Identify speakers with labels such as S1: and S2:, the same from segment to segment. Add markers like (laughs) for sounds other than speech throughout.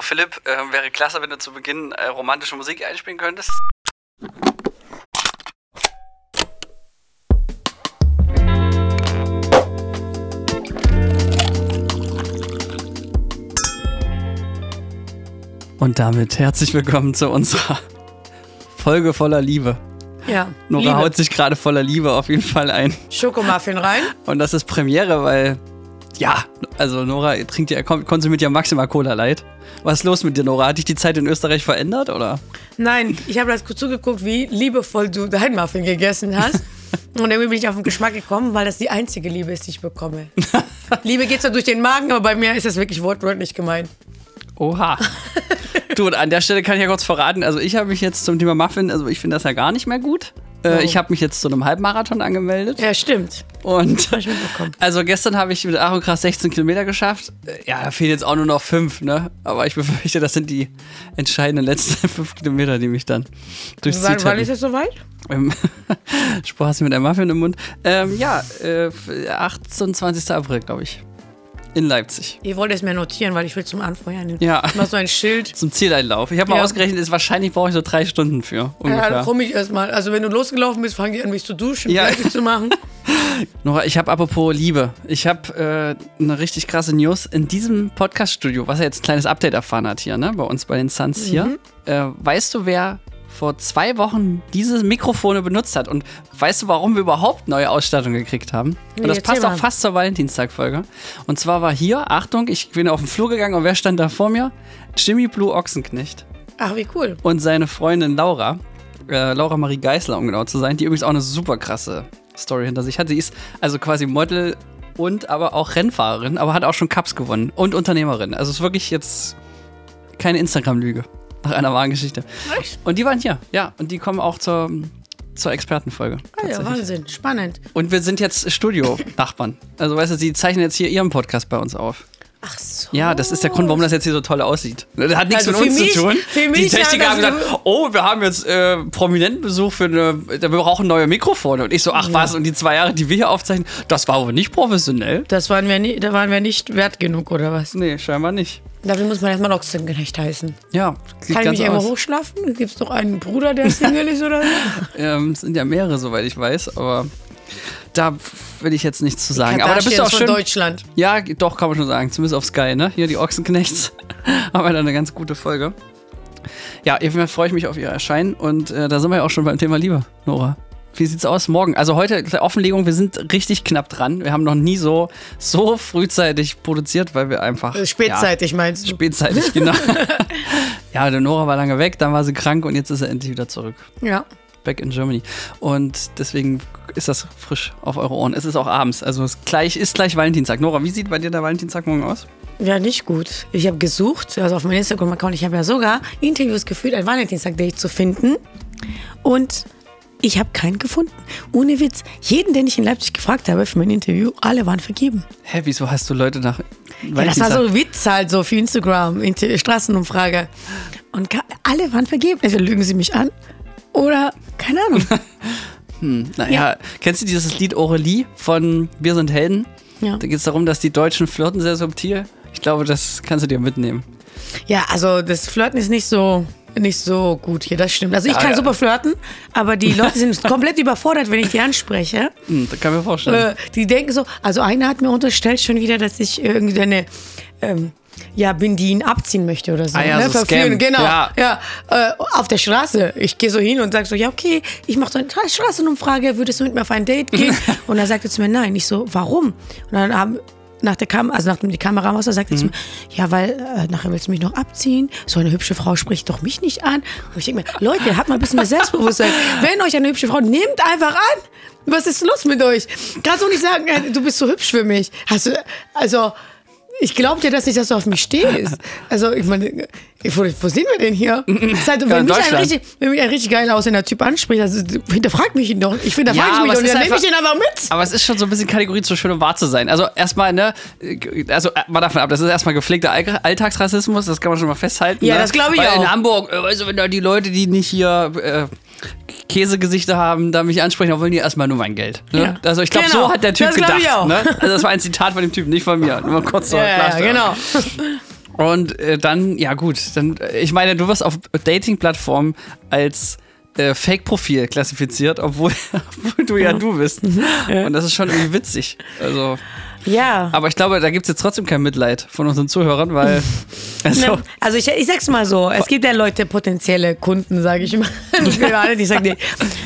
S1: Philipp, äh, wäre klasse, wenn du zu Beginn äh, romantische Musik einspielen könntest. Und damit herzlich willkommen zu unserer (laughs) Folge voller Liebe.
S2: Ja.
S1: Nora
S2: Liebe.
S1: haut sich gerade voller Liebe auf jeden Fall ein.
S2: Schokomuffin rein.
S1: Und das ist Premiere, weil, ja, also Nora trinkt ja, kon- konsumiert ja maximal Cola Light. Was ist los mit dir, Nora? Hat dich die Zeit in Österreich verändert, oder?
S2: (laughs) Nein, ich habe das kurz zugeguckt, wie liebevoll du deinen Muffin gegessen
S1: (laughs)
S2: hast. Und irgendwie bin ich auf den Geschmack gekommen, weil das die einzige Liebe ist, die ich bekomme. Liebe geht zwar durch den Magen, aber bei mir ist das wirklich wortwörtlich gemeint.
S1: Oha. du, und an der Stelle kann ich ja kurz verraten, also ich habe mich jetzt zum Thema Muffin, also ich finde das ja gar nicht mehr gut. Äh, Ich habe mich jetzt zu einem Halbmarathon angemeldet.
S2: Ja, stimmt.
S1: Und
S2: ich mitbekommen.
S1: (laughs) also gestern habe ich mit Ach und Krass 16 Kilometer geschafft. Äh, Ja, da fehlen jetzt auch nur noch fünf, ne? Aber ich befürchte, das sind die entscheidenden letzten (laughs) fünf Kilometer, die mich dann durchs Ziel
S2: Wann, wann
S1: treiben.
S2: ist es soweit?
S1: Ähm, (laughs) Spaß mit einem Muffin im Mund. Ähm, ja, äh, 28. April, glaube ich. In Leipzig.
S2: Ihr wollt es mir notieren, weil ich will zum Anfeuern.
S1: Ja.
S2: Mal so
S1: (laughs)
S2: ein Schild.
S1: Zum Zieleinlauf. Ich habe mal
S2: Ja.
S1: ausgerechnet, ist, wahrscheinlich brauche ich so drei Stunden für.
S2: Ja,
S1: Ungefähr.
S2: dann komm ich erstmal. Also, wenn du losgelaufen bist, fang ich an, mich zu duschen,
S1: Ja.
S2: fertig
S1: (laughs)
S2: zu machen.
S1: Nora, ich habe apropos Liebe. Ich habe äh, eine richtig krasse News in diesem Podcast-Studio, was er jetzt ein kleines Update erfahren hat hier, ne? Bei uns bei den Suns hier.
S2: Mhm.
S1: Äh, weißt du, wer vor zwei Wochen diese Mikrofone benutzt hat? Und weißt du, warum wir überhaupt neue Ausstattung gekriegt haben?
S2: Nee,
S1: und das
S2: erzähl
S1: passt auch
S2: mal.
S1: fast zur Valentinstag-Folge. Und zwar war hier, Achtung, ich bin auf den Flur gegangen und wer stand da vor mir? Jimmy Blue Ochsenknecht
S2: Ach, wie cool. Ah,
S1: und seine Freundin Laura, äh, Laura Marie Geisler, um genau zu sein, die übrigens auch eine super krasse Story hinter sich hat. Sie ist also quasi Model und aber auch Rennfahrerin, aber hat auch schon Cups gewonnen und Unternehmerin. Also ist wirklich jetzt keine Instagram-Lüge nach einer wahren Geschichte.
S2: Echt?
S1: Und die waren hier, ja, und die kommen auch zur, zur Expertenfolge.
S2: Ah, ja,
S1: tatsächlich.
S2: Wahnsinn. Spannend.
S1: und wir sind jetzt Studio-Nachbarn. Also weißt du, sie zeichnen jetzt hier ihren Podcast bei uns auf.
S2: Ach so.
S1: Ja, das ist der Grund, warum das jetzt hier so toll aussieht. Das hat nichts
S2: Also
S1: mit uns
S2: für mich-
S1: zu tun.
S2: für
S1: die
S2: mich
S1: Techniker
S2: hat
S1: haben
S2: das
S1: gesagt, oh, wir haben jetzt äh, prominenten Besuch für eine, da- wir brauchen neue Mikrofone. Und ich so, ach was, und die zwei Jahre, die wir hier aufzeichnen, das war aber nicht professionell.
S2: Das waren wir nie, da waren wir nicht wert genug, oder was?
S1: Nee, scheinbar nicht.
S2: Dafür muss man erstmal noch Singelknecht heißen.
S1: Ja, sieht
S2: Kann ich
S1: ganz
S2: mich einmal
S1: aus.
S2: hochschlafen? Gibt es noch einen Bruder, der Single ist oder so?
S1: (laughs) Ähm, es sind ja mehrere, soweit ich weiß, aber da will ich jetzt nichts zu sagen. Aber da bist
S2: Kardashians
S1: du auch
S2: von
S1: schön.
S2: Deutschland.
S1: Ja, doch, kann man schon sagen. Zumindest auf Sky, ne? Hier die Ochsenknechts. (laughs) Haben wir da eine ganz gute Folge. Ja, jedenfalls freue ich mich auf ihr Erscheinen und äh, da sind wir ja auch schon beim Thema Liebe, Nora. Wie sieht's aus morgen? Also heute Offenlegung, wir sind richtig knapp dran. Wir haben noch nie so, so frühzeitig produziert, weil wir einfach.
S2: Äh, Spätzeitig meinst
S1: Ja,
S2: du?
S1: spätzeitig, genau. (laughs) ja, die Nora war lange weg, dann war sie krank und jetzt ist sie endlich wieder zurück.
S2: Ja.
S1: Back in Germany. Und deswegen ist das frisch auf eure Ohren. Es ist auch abends. Also es gleich, ist gleich Valentinstag. Nora, wie sieht bei dir der Valentinstag morgen aus?
S2: Ja, nicht gut. Ich habe gesucht, also auf meinem Instagram-Account, ich habe ja sogar Interviews geführt, ein Valentinstag-Date zu finden. Und ich habe keinen gefunden. Ohne Witz. Jeden, den ich in Leipzig gefragt habe für mein Interview, alle waren vergeben.
S1: Hä, wieso hast du Leute nach
S2: Ja, das war
S1: Valentinstag?
S2: so ein Witz halt so für Instagram, Inter- Straßenumfrage. Und ka- alle waren vergeben. Also lügen sie mich an oder keine Ahnung.
S1: naja, kennst du dieses Lied Aurelie von Wir sind Helden?
S2: Ja.
S1: Da geht es darum, dass die Deutschen flirten sehr subtil. Ich glaube, das kannst du dir mitnehmen.
S2: ja, also das Flirten ist nicht so nicht so gut hier, das stimmt. Also ich
S1: Ja,
S2: kann
S1: ja.
S2: super flirten,
S1: (laughs)
S2: aber die Leute sind komplett überfordert, wenn ich die anspreche.
S1: Hm, das kann ich mir vorstellen.
S2: Äh, die denken so, also einer hat mir unterstellt schon wieder, dass ich irgendwie eine ähm, ja, bin, die ihn abziehen möchte oder so.
S1: Ah ja, so Scam.
S2: genau.
S1: Ja.
S2: Ja. äh, auf der Straße. Ich gehe so hin und sage so, ja, okay, ich mache so eine Tra- Straßenumfrage, würdest du mit mir auf ein Date
S1: (laughs)
S2: gehen? und dann sagt er zu mir, nein. Ich so, warum? Und dann haben nach der Kam also nachdem die Kamera aus war, sagt er
S1: Mhm.
S2: zu mir, ja, weil äh, nachher willst du mich noch abziehen. So eine hübsche Frau spricht doch mich nicht an. Und ich denke mir, Leute, habt mal ein bisschen mehr
S1: (laughs)
S2: Selbstbewusstsein. Wenn euch eine hübsche Frau nehmt einfach an. Was ist los mit euch? Kannst du nicht sagen, äh, du bist so hübsch für mich. Hast du, also, ich glaube dir das nicht, dass du auf mich stehst. Also, ich meine, ich- wo, wo sind wir denn hier? Das ist halt,
S1: Ja, in
S2: wenn, mich ein
S1: Deutschland.
S2: richtig, wenn mich ein richtig geiler aussehender Typ anspricht, also, hinterfragt mich ihn doch. Ich finde, da
S1: Ja,
S2: frage ich
S1: aber
S2: mich
S1: es
S2: doch, nicht,
S1: ist
S2: dann nehme ich
S1: einfach-
S2: ihn einfach mit.
S1: Aber es ist schon so ein bisschen Kategorie zu schön, um wahr zu sein. Also erstmal, ne, also äh, mal davon ab, das ist erstmal gepflegter All Alltagsrassismus, das kann man schon mal festhalten.
S2: Ja,
S1: ne?
S2: das glaube ich
S1: Weil
S2: auch.
S1: in Hamburg, äh, weißt du, wenn da die Leute, die nicht hier äh, Käsegesichter haben, da mich ansprechen, dann wollen die erstmal nur mein Geld. Ne?
S2: Ja.
S1: Also ich glaube,
S2: Genau.
S1: so hat der Typ
S2: Das
S1: gedacht.
S2: (laughs) glaube ich auch.
S1: Ne? Also das war ein Zitat von dem Typen, nicht von mir. Nur kurz zur
S2: Ja, genau. ja, ja,
S1: Klarstellung.
S2: genau.
S1: Und äh, dann, ja gut, dann, äh, ich meine, du wirst auf Dating-Plattformen als äh, Fake-Profil klassifiziert, obwohl, (laughs) obwohl du ja du bist.
S2: Mhm.
S1: Und das ist schon irgendwie witzig. Also,
S2: Ja.
S1: aber ich glaube, da gibt es jetzt trotzdem kein Mitleid von unseren Zuhörern,
S2: (laughs)
S1: weil. (laughs) Also,
S2: Ne? Also ich, ich sag's mal so, es gibt ja Leute, potenzielle Kunden, sage ich mal. (laughs) Gerade, die sagen, nee.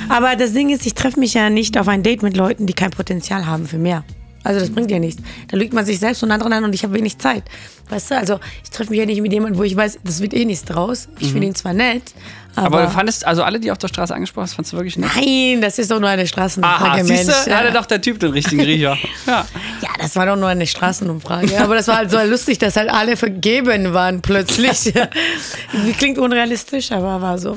S2: Aber das Ding ist, ich treffe mich ja nicht auf ein Date mit Leuten, die kein Potenzial haben für mehr. Also das bringt ja nichts. Da lügt man sich selbst und anderen an und ich habe wenig Zeit. Weißt du, also ich treffe mich ja nicht mit jemandem, wo ich weiß, das wird eh nichts draus. Ich finde ihn zwar nett,
S1: aber
S2: aber...
S1: du fandest, also alle, die auf der Straße angesprochen hast, fandst du wirklich nett?
S2: Nein, das ist doch nur eine Straßenumfrage,
S1: Aha,
S2: Mensch.
S1: siehst du,
S2: Ja.
S1: hatte doch der Typ den richtigen
S2: (laughs)
S1: Riecher. Ja.
S2: ja, das war doch nur eine (laughs) Straßenumfrage. Aber das war halt so lustig, dass halt alle vergeben waren plötzlich. (laughs) Klingt unrealistisch, aber war so.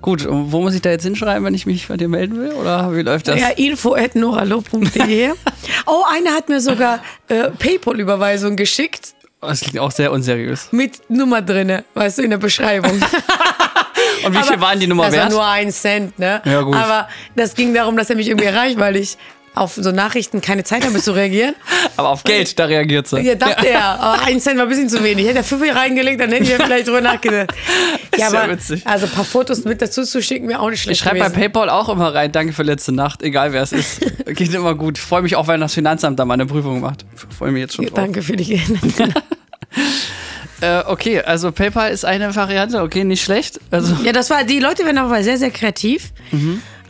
S1: Gut, und wo muss ich da jetzt hinschreiben, wenn ich mich bei dir melden will? Oder wie läuft das?
S2: Ja,
S1: e.
S2: info.noralo.de. (laughs) oh, einer hat mir sogar äh, PayPal-Überweisung geschickt
S1: Oh, Das klingt auch sehr unseriös.
S2: mit Nummer drinne, weißt du, in
S1: (laughs)
S2: der Beschreibung.
S1: Und wie viel waren die Nummer
S2: das
S1: wert?
S2: war nur ein Cent, ne?
S1: Ja, gut.
S2: Aber das ging darum, dass er mich irgendwie erreicht, weil ich auf so Nachrichten keine Zeit habe zu reagieren.
S1: aber auf Geld, da reagiert sie.
S2: Ja, dachte
S1: (laughs)
S2: er, aber ein Cent war ein bisschen zu wenig. Hätte er fünf hier reingelegt, dann hätte ich vielleicht drüber nachgedacht.
S1: (laughs) Ist ja witzig.
S2: Also ein paar Fotos mit dazu zu schicken, wäre auch nicht schlecht
S1: Ich schreibe bei
S2: gewesen.
S1: PayPal auch immer rein, danke für letzte Nacht, egal wer es
S2: (laughs)
S1: ist. Geht immer gut. Ich freue mich auch, wenn das Finanzamt da mal eine Prüfung macht. Freue mich jetzt schon drauf.
S2: Danke für die
S1: Äh, okay, also PayPal ist eine Variante, okay, nicht schlecht. Also,
S2: Ja, das war, die Leute werden aber sehr, sehr kreativ.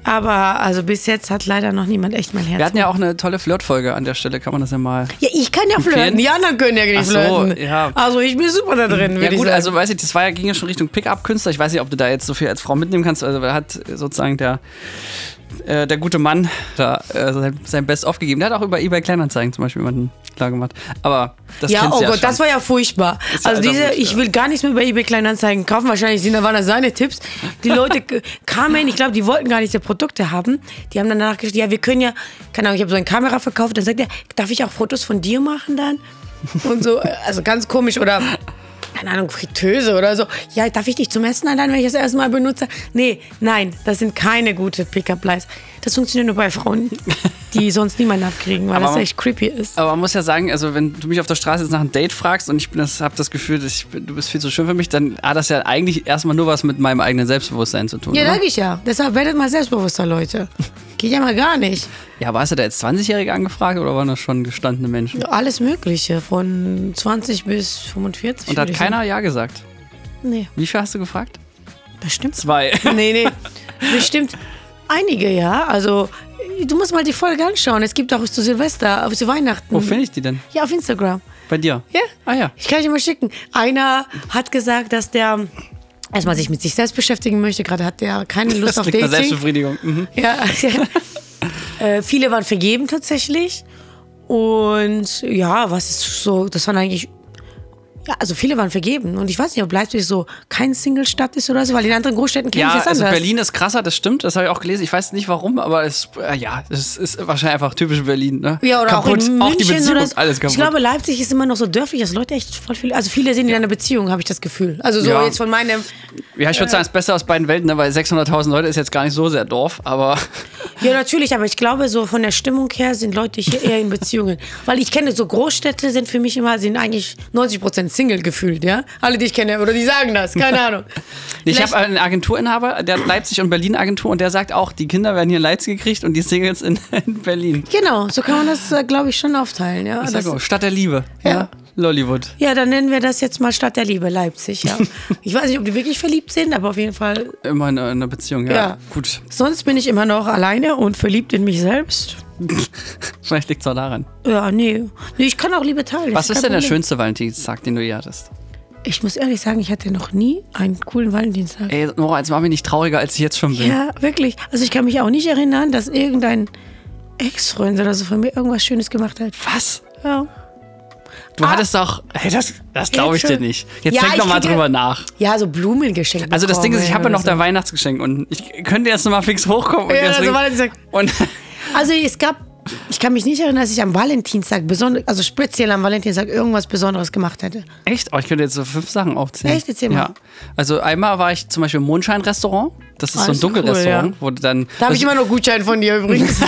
S2: Aber also bis jetzt hat leider noch niemand echt mein Herz.
S1: Mhm. wir hatten ja auch eine tolle Flirtfolge an der Stelle, kann man das ja mal.
S2: ja, ich kann ja flirten.
S1: Empfehlen?
S2: Die anderen können ja nicht
S1: Ach so,
S2: flirten.
S1: ja.
S2: Also ich bin super da drin, würde
S1: Ja
S2: ich
S1: gut,
S2: sagen.
S1: also weiß ich, das war ja, ging ja schon Richtung Pickup-Künstler. Ich weiß nicht, ob du da jetzt so viel als Frau mitnehmen kannst. Also da hat sozusagen der, äh, der gute Mann da äh, sein, sein Best aufgegeben. Der hat auch über eBay Kleinanzeigen zum Beispiel jemanden klar gemacht. Aber das
S2: ja,
S1: kennst
S2: oh
S1: du ja
S2: Gott,
S1: schon.
S2: das war ja furchtbar.
S1: Ist ja
S2: Also
S1: alter
S2: diese,
S1: Hut,
S2: ich
S1: ja.
S2: will gar nichts mehr bei eBay Kleinanzeigen kaufen. Wahrscheinlich sind da waren das seine Tipps. Die Leute k- kamen, ich glaube, die wollten gar nicht die Produkte haben. Die haben dann danach geschrieben, ja, wir können ja, keine Ahnung, ich habe so eine Kamera verkauft. Dann sagt er, darf ich auch Fotos von dir machen dann? Und so, äh, also ganz komisch oder keine Ahnung, Fritteuse oder so. Ja, darf ich dich zum Essen einladen, wenn ich das erstmal benutze? Nee, nein, das sind keine gute Pickup-Lines. Das funktioniert nur bei Frauen, die sonst niemanden abkriegen, weil
S1: Aber
S2: das
S1: man-
S2: echt creepy ist.
S1: Aber man muss ja sagen, also wenn du mich auf der Straße jetzt nach einem Date fragst und ich bin das, habe das Gefühl, dass ich bin, du bist viel zu schön für mich, dann hat das ja eigentlich erstmal nur was mit meinem eigenen Selbstbewusstsein zu tun.
S2: Ja,
S1: oder?
S2: sag ich ja. Deshalb werdet mal selbstbewusster,
S1: (laughs)
S2: Leute. Geht ja mal gar nicht.
S1: ja warst du da jetzt 20-Jährige angefragt oder waren das schon gestandene Menschen?
S2: Alles Mögliche, von 20 bis
S1: Und da
S2: 45. würd
S1: hat
S2: ich
S1: keiner Ja gesagt.
S2: Sagen. Nee,
S1: Wie viel hast du gefragt?
S2: bestimmt.
S1: Zwei.
S2: (laughs) Nee, nee. Bestimmt einige, ja. Also, du musst mal die Folge anschauen. Es gibt auch zu Silvester, auch zu Weihnachten.
S1: Wo finde ich die denn?
S2: Ja, auf Instagram.
S1: Bei dir?
S2: Ja.
S1: Ah ja.
S2: Ich kann dich mal schicken. Einer hat gesagt, dass der erstmal sich mit sich selbst beschäftigen möchte. Gerade hat der keine
S1: Das
S2: Lust auf
S1: klingt nach
S2: Dating.
S1: Selbstbefriedigung. Mhm.
S2: Ja. (laughs) äh, viele waren vergeben tatsächlich. Und ja, was ist so, das waren eigentlich. Ja, also viele waren vergeben. Und ich weiß nicht, ob Leipzig so kein Single-Stadt ist oder so, weil in anderen Großstädten kenne
S1: Ja,
S2: ich das
S1: also
S2: anders.
S1: Berlin ist krasser, das stimmt, das habe ich auch gelesen. Ich weiß nicht warum, aber es, äh, ja, es ist wahrscheinlich einfach typisch Berlin. Ne?
S2: Ja, oder
S1: kaputt.
S2: auch in München
S1: die Beziehung
S2: oder
S1: ist alles kaputt.
S2: Ich glaube, Leipzig ist immer noch so dörflich, dass Leute echt voll viel. Also viele sind in einer Beziehung, habe ich das Gefühl. Also so
S1: Ja.
S2: jetzt von meinem.
S1: ja,
S2: Äh.
S1: ich würde sagen, es ist besser aus beiden Welten, ne? weil 600.000 Leute ist jetzt gar nicht so sehr Dorf, aber (laughs)
S2: Ja, natürlich, aber ich glaube, so von der Stimmung her sind Leute hier eher in Beziehungen. Weil ich kenne, so Großstädte sind für mich immer, sind eigentlich 90% Single gefühlt, ja? Alle, die ich kenne, oder die sagen das,
S1: (laughs)
S2: keine Ahnung.
S1: Nee, ich
S2: Vielleicht-
S1: habe einen Agenturinhaber, der hat Leipzig- und Berlin-Agentur und der sagt auch, die Kinder werden hier in Leipzig gekriegt und die Singles in, (laughs) in Berlin.
S2: Genau, so kann man das, äh, glaube ich, schon aufteilen, ja?
S1: Ich
S2: Ah, Das,
S1: sag auch, Stadt der Liebe. Ja.
S2: Ja.
S1: Lollywood.
S2: ja, dann nennen wir das jetzt mal Stadt der Liebe,
S1: (laughs)
S2: Leipzig, ja. ich weiß nicht, ob die wirklich verliebt sind, aber auf jeden Fall.
S1: Immer in einer Beziehung, ja.
S2: Ja.
S1: Gut. (laughs)
S2: Sonst bin ich immer noch alleine und verliebt in mich selbst.
S1: Vielleicht liegt es auch daran.
S2: Ja, nee. nee ich kann auch Liebe teilen.
S1: Was ist
S2: kein
S1: denn der
S2: Problem.
S1: schönste Valentinstag, den du je hattest?
S2: Ich muss ehrlich sagen, ich hatte noch nie einen coolen Valentinstag.
S1: Ey, Nora, jetzt mach mich nicht trauriger, als ich jetzt schon bin.
S2: Ja, wirklich. Also ich kann mich auch nicht erinnern, dass irgendein Ex-Freund oder so von mir irgendwas Schönes gemacht hat.
S1: Was?
S2: Ja,
S1: Du hattest doch. Hey, das, das glaube ich
S2: Ah. Jetzt
S1: dir
S2: schon.
S1: nicht. Jetzt
S2: Ja,
S1: denk
S2: ich
S1: doch mal
S2: krieg ja-
S1: drüber nach.
S2: ja so Blumengeschenke.
S1: Also das Ding ist, ich habe ja noch
S2: da.
S1: dein Weihnachtsgeschenk und ich könnte jetzt nochmal fix hochkommen und
S2: Ja, also
S1: deswegen,
S2: Valentinstag.
S1: und (laughs)
S2: Also es gab, ich kann mich nicht erinnern, dass ich am Valentinstag, besonder, also speziell am Valentinstag, irgendwas Besonderes gemacht hätte.
S1: Echt? Oh, ich könnte jetzt so fünf Sachen aufzählen.
S2: Echt? Erzähl mal.
S1: Ja. Also einmal war ich zum Beispiel im Mondschein-Restaurant. Das ist
S2: Ah,
S1: so ein
S2: ist cool,
S1: Dunkelrestaurant, wo du dann.
S2: Da habe
S1: das-
S2: ich immer noch Gutschein von dir (laughs) übrigens.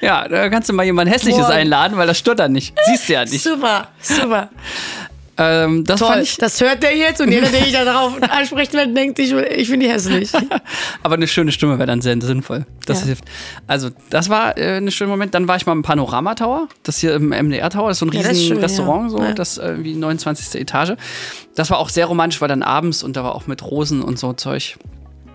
S1: ja, da kannst du mal jemand Hässliches
S2: Boah. (laughs)
S1: einladen, weil das stört dann nicht. Siehst du ja nicht.
S2: super, super.
S1: Ähm, das
S2: Toll,
S1: fand ich
S2: das hört der jetzt und jeder, der ich da (laughs) drauf ansprechen werde, denkt, ich, ich finde die (laughs) hässlich.
S1: (laughs) Aber eine schöne Stimme wäre dann sehr sinnvoll. Das
S2: Ja.
S1: hilft. Also, das war äh, ein schöner Moment. Dann war ich mal im Panorama Tower. Das hier im MDR Tower. Das ist so ein
S2: Ja, das ist
S1: riesen
S2: schön,
S1: Restaurant,
S2: ja.
S1: so
S2: Ja.
S1: das äh, irgendwie 29. Etage. Das war auch sehr romantisch, war dann abends und da war auch mit Rosen und so Zeug.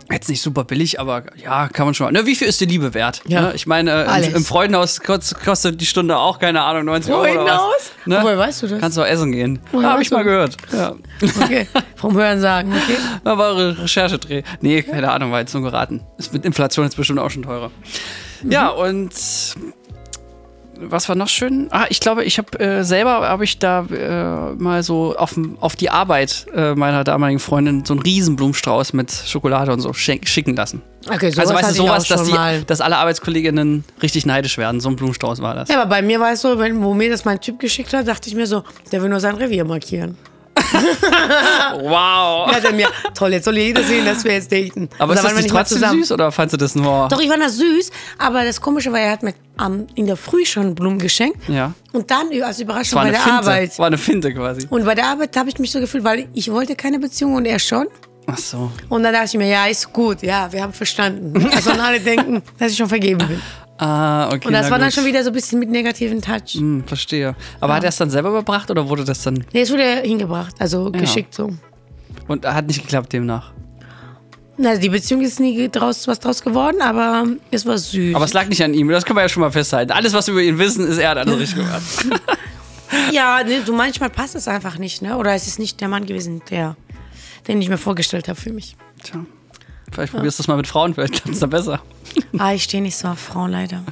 S1: Jetzt nicht super billig, aber ja, kann man schon mal. Ne, wie viel ist die Liebe wert?
S2: Ja.
S1: Ne, ich meine, äh,
S2: Alles.
S1: im, im Freudenhaus kurz- kostet die Stunde auch, keine Ahnung, 90 Euro. Oder
S2: Freudenhaus?
S1: was. Ne?
S2: Woher weißt du das?
S1: Kannst du auch essen gehen.
S2: Woher
S1: Ja, Habe
S2: weißt
S1: ich mal
S2: du
S1: gehört. Ja.
S2: Okay. Vom Hören sagen, okay?
S1: Da war Re- Recherchedreh. Nee, keine Ahnung, war jetzt nur geraten. Ist mit Inflation jetzt bestimmt auch schon teurer.
S2: Mhm.
S1: Ja, und was war noch schön? Ah, ich glaube, ich habe äh, selber habe ich da äh, mal so auf, auf die Arbeit äh, meiner damaligen Freundin so einen riesen Blumenstrauß mit Schokolade und so schenk- schicken lassen.
S2: Okay, sowas
S1: also weißt
S2: hatte
S1: du,
S2: ich
S1: sowas,
S2: auch schon
S1: dass,
S2: mal.
S1: die, dass alle Arbeitskolleginnen richtig neidisch werden. So ein Blumenstrauß war das.
S2: Ja, aber bei mir war es so, wenn, wo mir das mein Typ geschickt hat, dachte ich mir so, der will nur sein Revier markieren.
S1: Oh, Wow.
S2: Da hat
S1: (laughs)
S2: er mir, toll, jetzt soll jeder sehen, dass wir jetzt daten.
S1: Aber
S2: Und
S1: ist
S2: da
S1: das
S2: waren wir
S1: nicht
S2: mal
S1: trotzdem süß oder fandst du das nur?
S2: Doch, ich fand das süß, aber das Komische war, er hat mir am- in der Früh schon Blumen geschenkt.
S1: Ja.
S2: Und dann als Überraschung
S1: war
S2: bei
S1: eine
S2: der
S1: Finte.
S2: Arbeit.
S1: War eine Finte quasi.
S2: Und bei der Arbeit habe ich mich so gefühlt, weil ich wollte keine Beziehung und er schon.
S1: Ach so.
S2: Und dann dachte ich mir, ja, ist gut, ja, wir haben verstanden. Also und
S1: (laughs)
S2: alle denken, dass ich schon vergeben bin.
S1: Ah, okay.
S2: Und das
S1: na
S2: war dann
S1: gut.
S2: schon wieder so ein bisschen mit negativen Touch.
S1: Hm, verstehe. Aber hat er es dann selber überbracht oder wurde das dann.
S2: Nee, es wurde hingebracht, also geschickt so.
S1: Und hat nicht geklappt demnach.
S2: Na, die Beziehung ist nie draus, was draus geworden, aber es war süß.
S1: Aber es lag nicht an ihm, das können wir ja schon mal festhalten. Alles, was wir über ihn wissen, ist, er hat alles richtig gemacht.
S2: ja, ne, du manchmal passt es einfach nicht, ne? Oder es ist nicht der Mann gewesen, der, den ich mir vorgestellt habe für mich.
S1: Tja. Vielleicht probierst du es mal mit Frauen, vielleicht klappt es dann besser.
S2: Ah, ich stehe nicht so auf Frauen leider.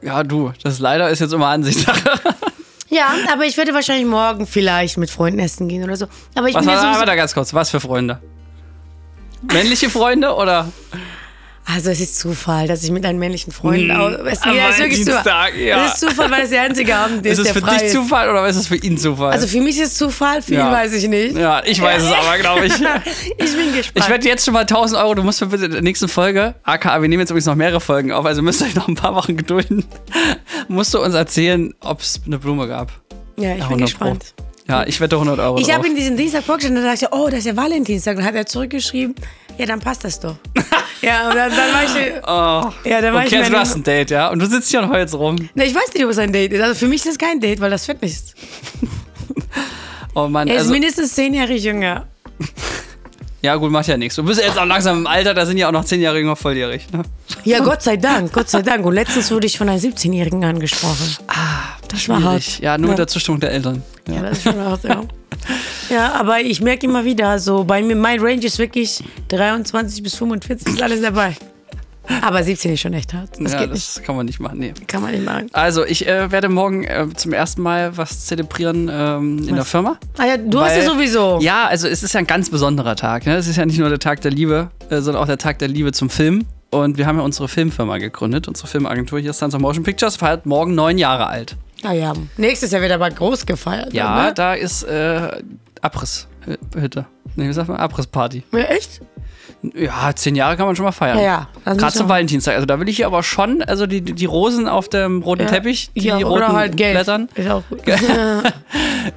S1: Ja, du, das leider ist jetzt immer Ansichtssache. (laughs)
S2: Ja, aber ich werde wahrscheinlich morgen vielleicht mit Freunden essen gehen oder so. Aber ich
S1: Was
S2: bin
S1: war
S2: ja
S1: aber
S2: sowieso,
S1: da ganz kurz? Was für Freunde? Männliche Freunde oder?
S2: Also es ist Zufall, dass ich mit einem männlichen Freund
S1: Hm,
S2: au- essen
S1: am
S2: gehe. Das ist wirklich
S1: Valentinstag,
S2: Zufall.
S1: ja.
S2: Das ist Zufall, weil es der einzige Abend ist,
S1: Ist es
S2: der
S1: für
S2: frei
S1: dich Zufall oder ist es für ihn Zufall?
S2: Also für mich ist es Zufall, für ihn
S1: Ja.
S2: weiß ich nicht.
S1: ja, ich weiß es aber, glaube ich.
S2: (laughs) Ich bin gespannt.
S1: Ich werde jetzt schon mal 1000 Euro, du musst mir bitte in der nächsten Folge, aka, wir nehmen jetzt übrigens noch mehrere Folgen auf, also müsst ihr euch noch ein paar Wochen gedulden, (laughs) musst du uns erzählen, ob es eine Blume gab.
S2: ja, ich bin
S1: 100 Pro.
S2: gespannt.
S1: Ja, ich wette 100 Euro.
S2: Ich
S1: drauf.
S2: habe ihn diesen Dienstag vorgestellt und dann dachte ich, oh, das ist ja Valentinstag. Dann hat er zurückgeschrieben, ja, dann passt das (laughs) doch. ja, und dann, dann war ich.
S1: Oh.
S2: Ja, dann war ich
S1: okay, also du
S2: mir dann-
S1: hast ein Date, ja? Und du sitzt hier und heulst rum.
S2: Na, ich weiß nicht, ob es ein Date ist. Also für mich ist es kein Date, weil das fett nicht.
S1: Oh Mann,
S2: Er ist
S1: also,
S2: mindestens zehn Jahre jünger.
S1: ja gut, macht ja nichts. Du bist ja jetzt auch langsam im Alter, da sind ja auch noch 10 Jahre jünger volljährig. Ne?
S2: Ja, Gott sei Dank, Gott sei Dank. Und letztens wurde ich von einem 17-Jährigen angesprochen. Ah, das war
S1: Schwierig.
S2: hart.
S1: Ja, nur mit
S2: ja.
S1: der Zustimmung der Eltern.
S2: Ja, das ist schon hart, ja. Ja, aber ich merke immer wieder, so bei mir, mein Range ist wirklich 23 bis 45, ist alles dabei. Aber 17 ist schon echt hart. Das
S1: ja,
S2: geht
S1: das kann man nicht machen, nee.
S2: nicht. Kann man nicht machen.
S1: Also, ich äh, werde morgen äh, zum ersten Mal was zelebrieren ähm, in der Firma.
S2: Ah ja, du hast
S1: Weil-
S2: ja sowieso.
S1: Ja, also es ist ja ein ganz besonderer Tag. Ne? Es ist ja nicht nur der Tag der Liebe, äh, sondern auch der Tag der Liebe zum Film. Und wir haben ja unsere Filmfirma gegründet, unsere Filmagentur hier, Sons of Motion Pictures, feiert morgen neun Jahre alt.
S2: Ah ja. Nächstes Jahr wird aber groß gefeiert.
S1: Ja,
S2: Ne?
S1: da ist äh, Abrisshütte. Nee, wie sagt man? Abrissparty.
S2: Ja, echt?
S1: Ja, zehn Jahre kann man schon mal feiern.
S2: Ja, ja. Dann
S1: Gerade
S2: müssen
S1: zum
S2: wir-
S1: Valentinstag. Also da will ich hier aber schon, also die, die Rosen auf dem roten Teppich, die
S2: ja,
S1: roten
S2: oder halt Geld.
S1: Blättern. Genau.
S2: Ist auch
S1: (laughs)
S2: gut.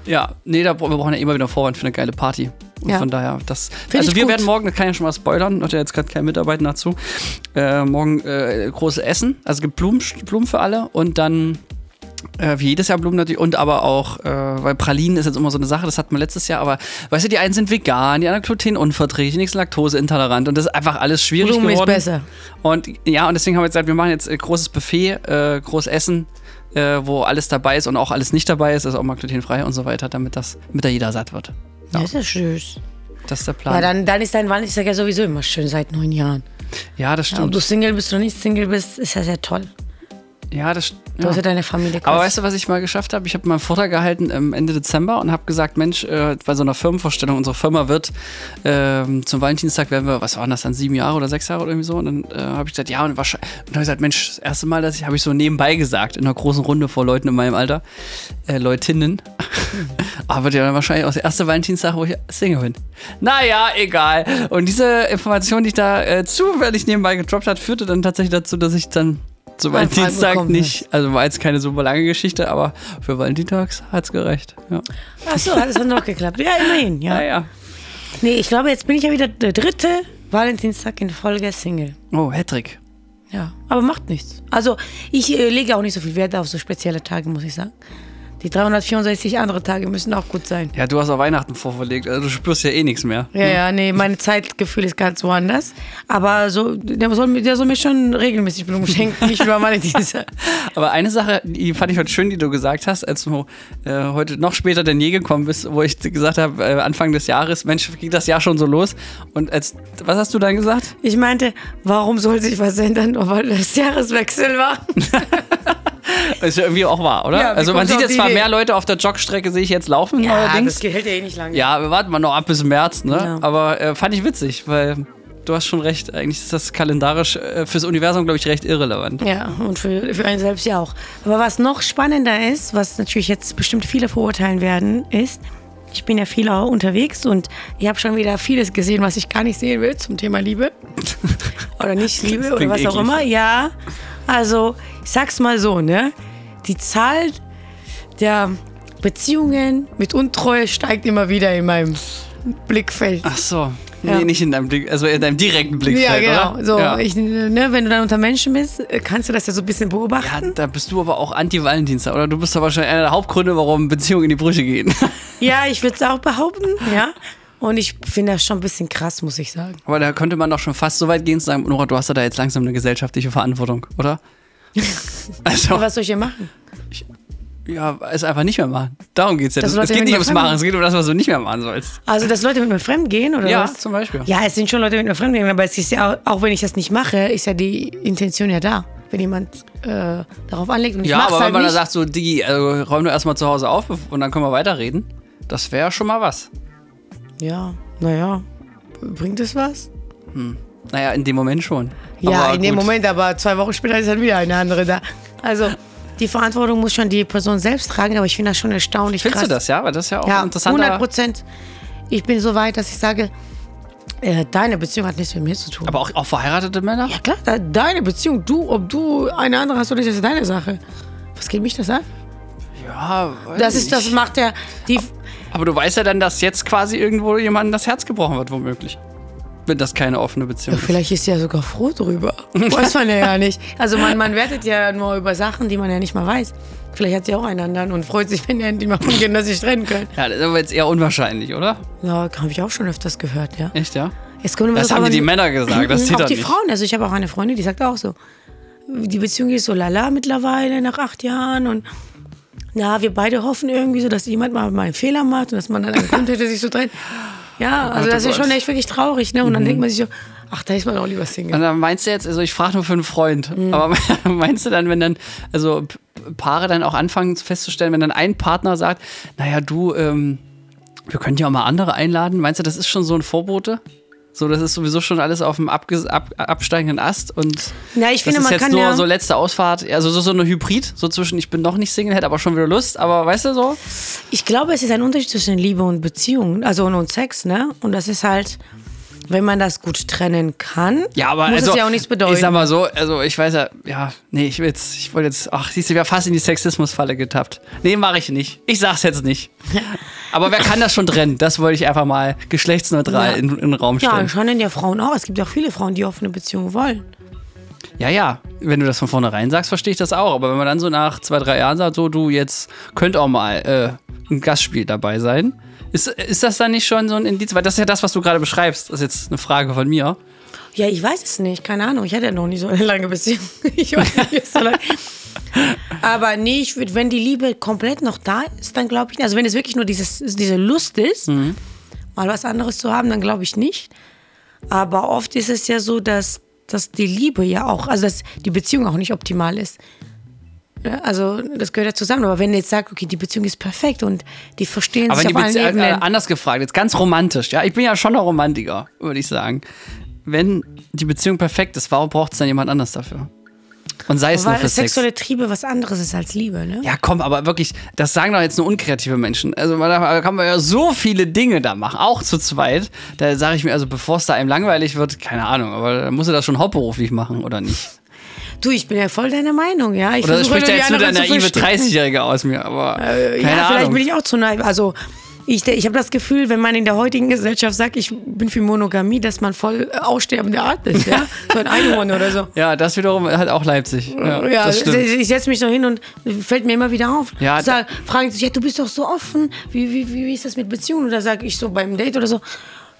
S1: Ja, nee, da, bra- wir brauchen ja immer wieder Vorwand für eine geile Party. Und
S2: Ja.
S1: von daher, das.
S2: Find
S1: also
S2: ich
S1: wir
S2: gut.
S1: werden morgen, das kann ich schon mal spoilern, hat ja jetzt gerade kein Mitarbeiter dazu. Äh, morgen äh, großes Essen, also gibt Blumen, Blumen für alle und dann. Äh, wie jedes Jahr Blumen natürlich und aber auch, äh, weil Pralinen ist jetzt immer so eine Sache, das hatten wir letztes Jahr, aber weißt du, die einen sind vegan, die anderen glutenunverträglich, die nächsten laktoseintolerant und das ist einfach alles schwierig
S2: Blumen ist
S1: geworden.
S2: besser.
S1: Und ja, und deswegen haben wir gesagt, wir machen jetzt äh, großes Buffet, äh, groß Essen, äh, wo alles dabei ist und auch alles nicht dabei ist, also auch mal glutenfrei und so weiter, damit das mit da jeder satt wird.
S2: Ja, ist ja süß.
S1: Das ist der Plan.
S2: Ja,
S1: Ja,
S2: dann, dann ist dein Valentinstag ja sowieso immer schön seit neun Jahren.
S1: das
S2: Ja, ob
S1: stimmt.
S2: du Single bist oder nicht Single bist, ist ja sehr toll.
S1: Ja, das st-
S2: Du hast ja
S1: ja.
S2: deine Familie.
S1: Aber weißt du, was ich mal geschafft habe? Ich habe mal einen Vortrag gehalten ähm, Ende Dezember und habe gesagt, Mensch, äh, bei so einer Firmenvorstellung, unsere Firma wird ähm, zum Valentinstag werden wir, was waren das dann, sieben Jahre oder sechs Jahre oder irgendwie so? Und dann äh, habe ich gesagt, ja, und wahrscheinlich. Und dann habe ich gesagt, Mensch, das erste Mal, dass ich, habe ich so nebenbei gesagt, in einer großen Runde vor Leuten in meinem Alter, äh, Leutinnen. Aber wird ja dann wahrscheinlich auch der erste Valentinstag, wo ich Single bin. Naja, egal. Und diese Information, die ich da äh, zufällig nebenbei gedroppt hat, führte dann tatsächlich dazu, dass ich dann So Valentinstag
S2: gekommen
S1: nicht. Also war jetzt keine super lange Geschichte, aber für Valentinstags hat's gereicht. Ja.
S2: Ach so, hat es dann noch geklappt. Ja, immerhin, ja.
S1: Naja.
S2: Nee, ich glaube, jetzt bin ich ja wieder der dritte Valentinstag in Folge Single.
S1: Oh, Hattrick.
S2: Ja, aber macht nichts. Also, ich äh, lege auch nicht so viel Wert auf so spezielle Tage, muss ich sagen. Die 364 andere Tage müssen auch gut sein.
S1: Ja, du hast auch Weihnachten vorverlegt. Also du spürst ja eh nichts
S2: (laughs)
S1: mehr.
S2: Ja, ja, nee, mein Zeitgefühl ist ganz woanders. Aber so, der soll, mir- der soll mir schon regelmäßig Blumen schenken, nicht über meine Dienste.
S1: Aber eine Sache, die fand ich heute schön, die du gesagt hast, als du äh, heute noch später denn je gekommen bist, wo ich gesagt habe, äh, Anfang des Jahres, Mensch, ging das Jahr schon so los. Und als, was hast du dann gesagt?
S2: (laughs) Ich meinte, warum soll sich was ändern, nur weil das Jahreswechsel war?
S1: Ist ja irgendwie auch wahr, oder?
S2: Ja, wie
S1: also man
S2: kommst du
S1: sieht
S2: auf
S1: jetzt
S2: die
S1: zwar
S2: Idee?
S1: mehr Leute auf der Jogstrecke, sehe ich jetzt laufen neuerdings.
S2: hält ja eh nicht lange.
S1: Ja, wir warten mal noch ab bis März, ne?
S2: Ja.
S1: Aber äh, fand ich witzig, weil du hast schon recht. Eigentlich ist das kalendarisch äh, fürs Universum, glaube ich, recht irrelevant.
S2: Ja, und für, für einen selbst ja auch. Aber was noch spannender ist, was natürlich jetzt bestimmt viele verurteilen werden, ist, ich bin ja viel auch unterwegs und ich habe schon wieder vieles gesehen, was ich gar nicht sehen will zum Thema Liebe.
S1: (laughs)
S2: oder nicht Liebe oder
S1: klingt
S2: was auch
S1: eklig.
S2: immer. Ja, also ich sag's mal so, ne? Die Zahl der Beziehungen mit Untreue steigt immer wieder in meinem Blickfeld.
S1: Ach so.
S2: Ja.
S1: Nee, nicht in deinem Blick, also in deinem direkten Blickfeld,
S2: ja, genau.
S1: oder?
S2: So,
S1: ja.
S2: Ich, ne, wenn du dann unter Menschen bist, äh, kannst du das ja so ein bisschen beobachten.
S1: ja, da bist du aber auch anti-Valentinstag, oder? Du bist aber wahrscheinlich einer der Hauptgründe, warum Beziehungen in die Brüche gehen. (laughs)
S2: Ja, ich würde es auch behaupten, ja. Und ich finde das schon ein bisschen krass, muss ich sagen.
S1: aber da könnte man doch schon fast so weit gehen zu sagen, Nora, du hast ja da jetzt langsam eine gesellschaftliche Verantwortung,
S2: (laughs)
S1: oder? Also,
S2: Aber was soll ich denn machen?
S1: ja, es einfach nicht mehr machen. Darum geht's ja.
S2: Dass
S1: Es
S2: Leute
S1: geht nicht ums
S2: irgendwann fremd-
S1: Machen, es geht um das, was du nicht mehr machen sollst.
S2: Also, dass Leute mit mir fremd gehen oder
S1: Ja,
S2: was?
S1: zum Beispiel.
S2: Ja, es sind schon Leute mit mir fremd gegangen, aber es ist ja auch, auch wenn ich das nicht mache, ist ja die Intention ja da. Wenn jemand äh, darauf anlegt und ich
S1: Ja,
S2: mach's
S1: aber wenn
S2: halt
S1: man
S2: nicht.
S1: da sagt, so, Digi, also, räum du erstmal zu Hause auf und dann können wir weiterreden, das wäre schon mal was.
S2: ja, naja, bringt es was?
S1: Naja, in dem Moment schon.
S2: Ja,
S1: Aber
S2: in dem
S1: gut.
S2: Moment, aber zwei Wochen später ist dann wieder eine andere da. Also, die Verantwortung muss schon die Person selbst tragen, aber ich finde das schon erstaunlich
S1: Findest
S2: krass.
S1: du das, ja? Weil das ist ja auch
S2: Ja,
S1: ein interessanter.
S2: 100 Prozent. Ich bin so weit, dass ich sage, äh, deine Beziehung hat nichts mit mir zu tun.
S1: Aber auch, auch verheiratete Männer?
S2: ja klar, de- deine Beziehung, du, ob du eine andere hast oder nicht, das ist deine Sache. Was geht mich das an?
S1: Ja, weiß
S2: Das
S1: ich
S2: ist, das
S1: nicht.
S2: macht der, die,
S1: Aber du weißt ja dann, dass jetzt quasi irgendwo jemandem das Herz gebrochen wird, womöglich. Wenn das keine offene Beziehung ist.
S2: vielleicht ist sie ja sogar froh drüber. Weiß man ja ja nicht. Also man, man wertet ja nur über Sachen, die man ja nicht mal weiß. Vielleicht hat sie auch einen anderen und freut sich, wenn er endlich mal umgehen, dass sie sich trennen können.
S1: Ja, das ist aber jetzt eher unwahrscheinlich, oder?
S2: Ja, habe ich auch schon öfters gehört, ja.
S1: Echt, ja?
S2: Jetzt können wir
S1: Das haben
S2: aber
S1: dir die
S2: nicht-
S1: Männer gesagt,
S2: (clears throat)
S1: das zieht
S2: auch
S1: er
S2: die
S1: nicht.
S2: Frauen. Also ich habe auch eine Freundin, die sagt auch so, die Beziehung ist so lala mittlerweile nach acht Jahren und na, wir beide hoffen irgendwie so, dass jemand mal mal einen Fehler macht und dass man dann einen Grund hätte, sich so trennt. Ja, also
S1: Ach du
S2: das ist
S1: Oh Gott.
S2: schon echt wirklich traurig, ne? Und dann denkt man sich so, ach, da ist man doch lieber Single.
S1: Und dann meinst du jetzt, also ich frage nur für einen Freund,
S2: Mhm.
S1: aber (laughs) meinst du dann, wenn dann, also P- Paare dann auch anfangen festzustellen, wenn dann ein Partner sagt, naja, du, ähm, wir könnten ja auch mal andere einladen, meinst du, das ist schon so ein Vorbote? So, das ist sowieso schon alles auf dem abges- ab absteigenden Ast und
S2: Na, ich finde,
S1: das ist
S2: man
S1: jetzt
S2: kann
S1: nur
S2: ja-
S1: so letzte Ausfahrt, also so, so eine Hybrid, so zwischen ich bin noch nicht Single, hätte aber schon wieder Lust, aber weißt du so?
S2: Ich glaube, es ist ein Unterschied zwischen Liebe und Beziehung, also und, und Sex, ne? Und das ist halt, wenn man das gut trennen kann,
S1: Ja, aber
S2: muss
S1: also,
S2: es ja auch nichts bedeuten.
S1: Ich sag mal so, also ich weiß ja, ja, nee, ich will jetzt, ich wollte jetzt, ach, siehst du, ich wäre fast in die Sexismusfalle getappt. Nee, mache ich nicht. Ich sag's jetzt
S2: (laughs)
S1: nicht. aber wer kann das schon trennen? Das wollte ich einfach mal geschlechtsneutral
S2: Ja.
S1: in, in den Raum
S2: ja,
S1: stellen.
S2: anscheinend ja Frauen auch. Es gibt ja auch viele Frauen, die offene Beziehung wollen.
S1: Ja, ja, Wenn du das von vornherein sagst, verstehe ich das auch. Aber wenn man dann so nach zwei, drei Jahren sagt, so, du, jetzt könnt auch mal äh, ein Gastspiel dabei sein. Ist, ist das dann nicht schon so ein Indiz? Weil das ist ja das, was du gerade beschreibst. Das ist jetzt eine Frage von mir.
S2: Ja, ich weiß es nicht, keine Ahnung. Ich hatte ja noch nie so eine lange Beziehung. (laughs) Ich weiß nicht, wie es so lang. Aber nee, ich würde, wenn die Liebe komplett noch da ist, dann glaube ich nicht. Also wenn es wirklich nur dieses, diese Lust ist,
S1: Mhm.
S2: mal was anderes zu haben, dann glaube ich nicht. Aber oft ist es ja so, dass, dass die Liebe ja auch, also dass die Beziehung auch nicht optimal ist. Ja, Also das gehört ja zusammen. Aber wenn ihr jetzt sagt, okay, die Beziehung ist perfekt und die verstehen
S1: Aber wenn
S2: sich
S1: die
S2: auf allen
S1: Bezie- äh,
S2: Ebenen.
S1: anders gefragt, jetzt ganz romantisch, ja, ich bin ja schon ein Romantiker, würde ich sagen. Wenn die Beziehung perfekt ist, warum braucht es dann jemand anders dafür? Und sei es nur
S2: Weil
S1: für Sex.
S2: sexuelle Triebe was anderes ist als Liebe, ne?
S1: Ja, komm, aber wirklich, das sagen doch jetzt nur unkreative Menschen. Also man- da kann man ja so viele Dinge da machen, auch zu zweit. Da sage ich mir, also bevor es da einem langweilig wird, keine Ahnung, aber da muss er das schon hauptberuflich machen, oder nicht?
S2: Du, ich bin ja voll deiner Meinung, ja. Ich
S1: Oder das
S2: versuche
S1: spricht ja
S2: die
S1: jetzt nur der
S2: anderen zu
S1: naive
S2: verstehen.
S1: 30-Jährige aus mir, aber
S2: Äh,
S1: keine
S2: ja, vielleicht
S1: Ahnung.
S2: bin ich auch zu naiv. Also ich, ich habe das Gefühl, wenn man in der heutigen Gesellschaft sagt, ich bin für Monogamie, dass man voll äh, aussterbende Art ist,
S1: (laughs)
S2: ja? so ein Einhorn oder so.
S1: ja, das wiederum hat auch Leipzig. Ja,
S2: Ja,
S1: das
S2: ich
S1: stimmt.
S2: ich setze mich so hin und fällt mir immer wieder auf.
S1: Ja,
S2: sag, fragen sich, ja, du bist doch so offen. Wie, wie, wie, wie ist das mit Beziehungen? Oder sage ich so beim Date oder so.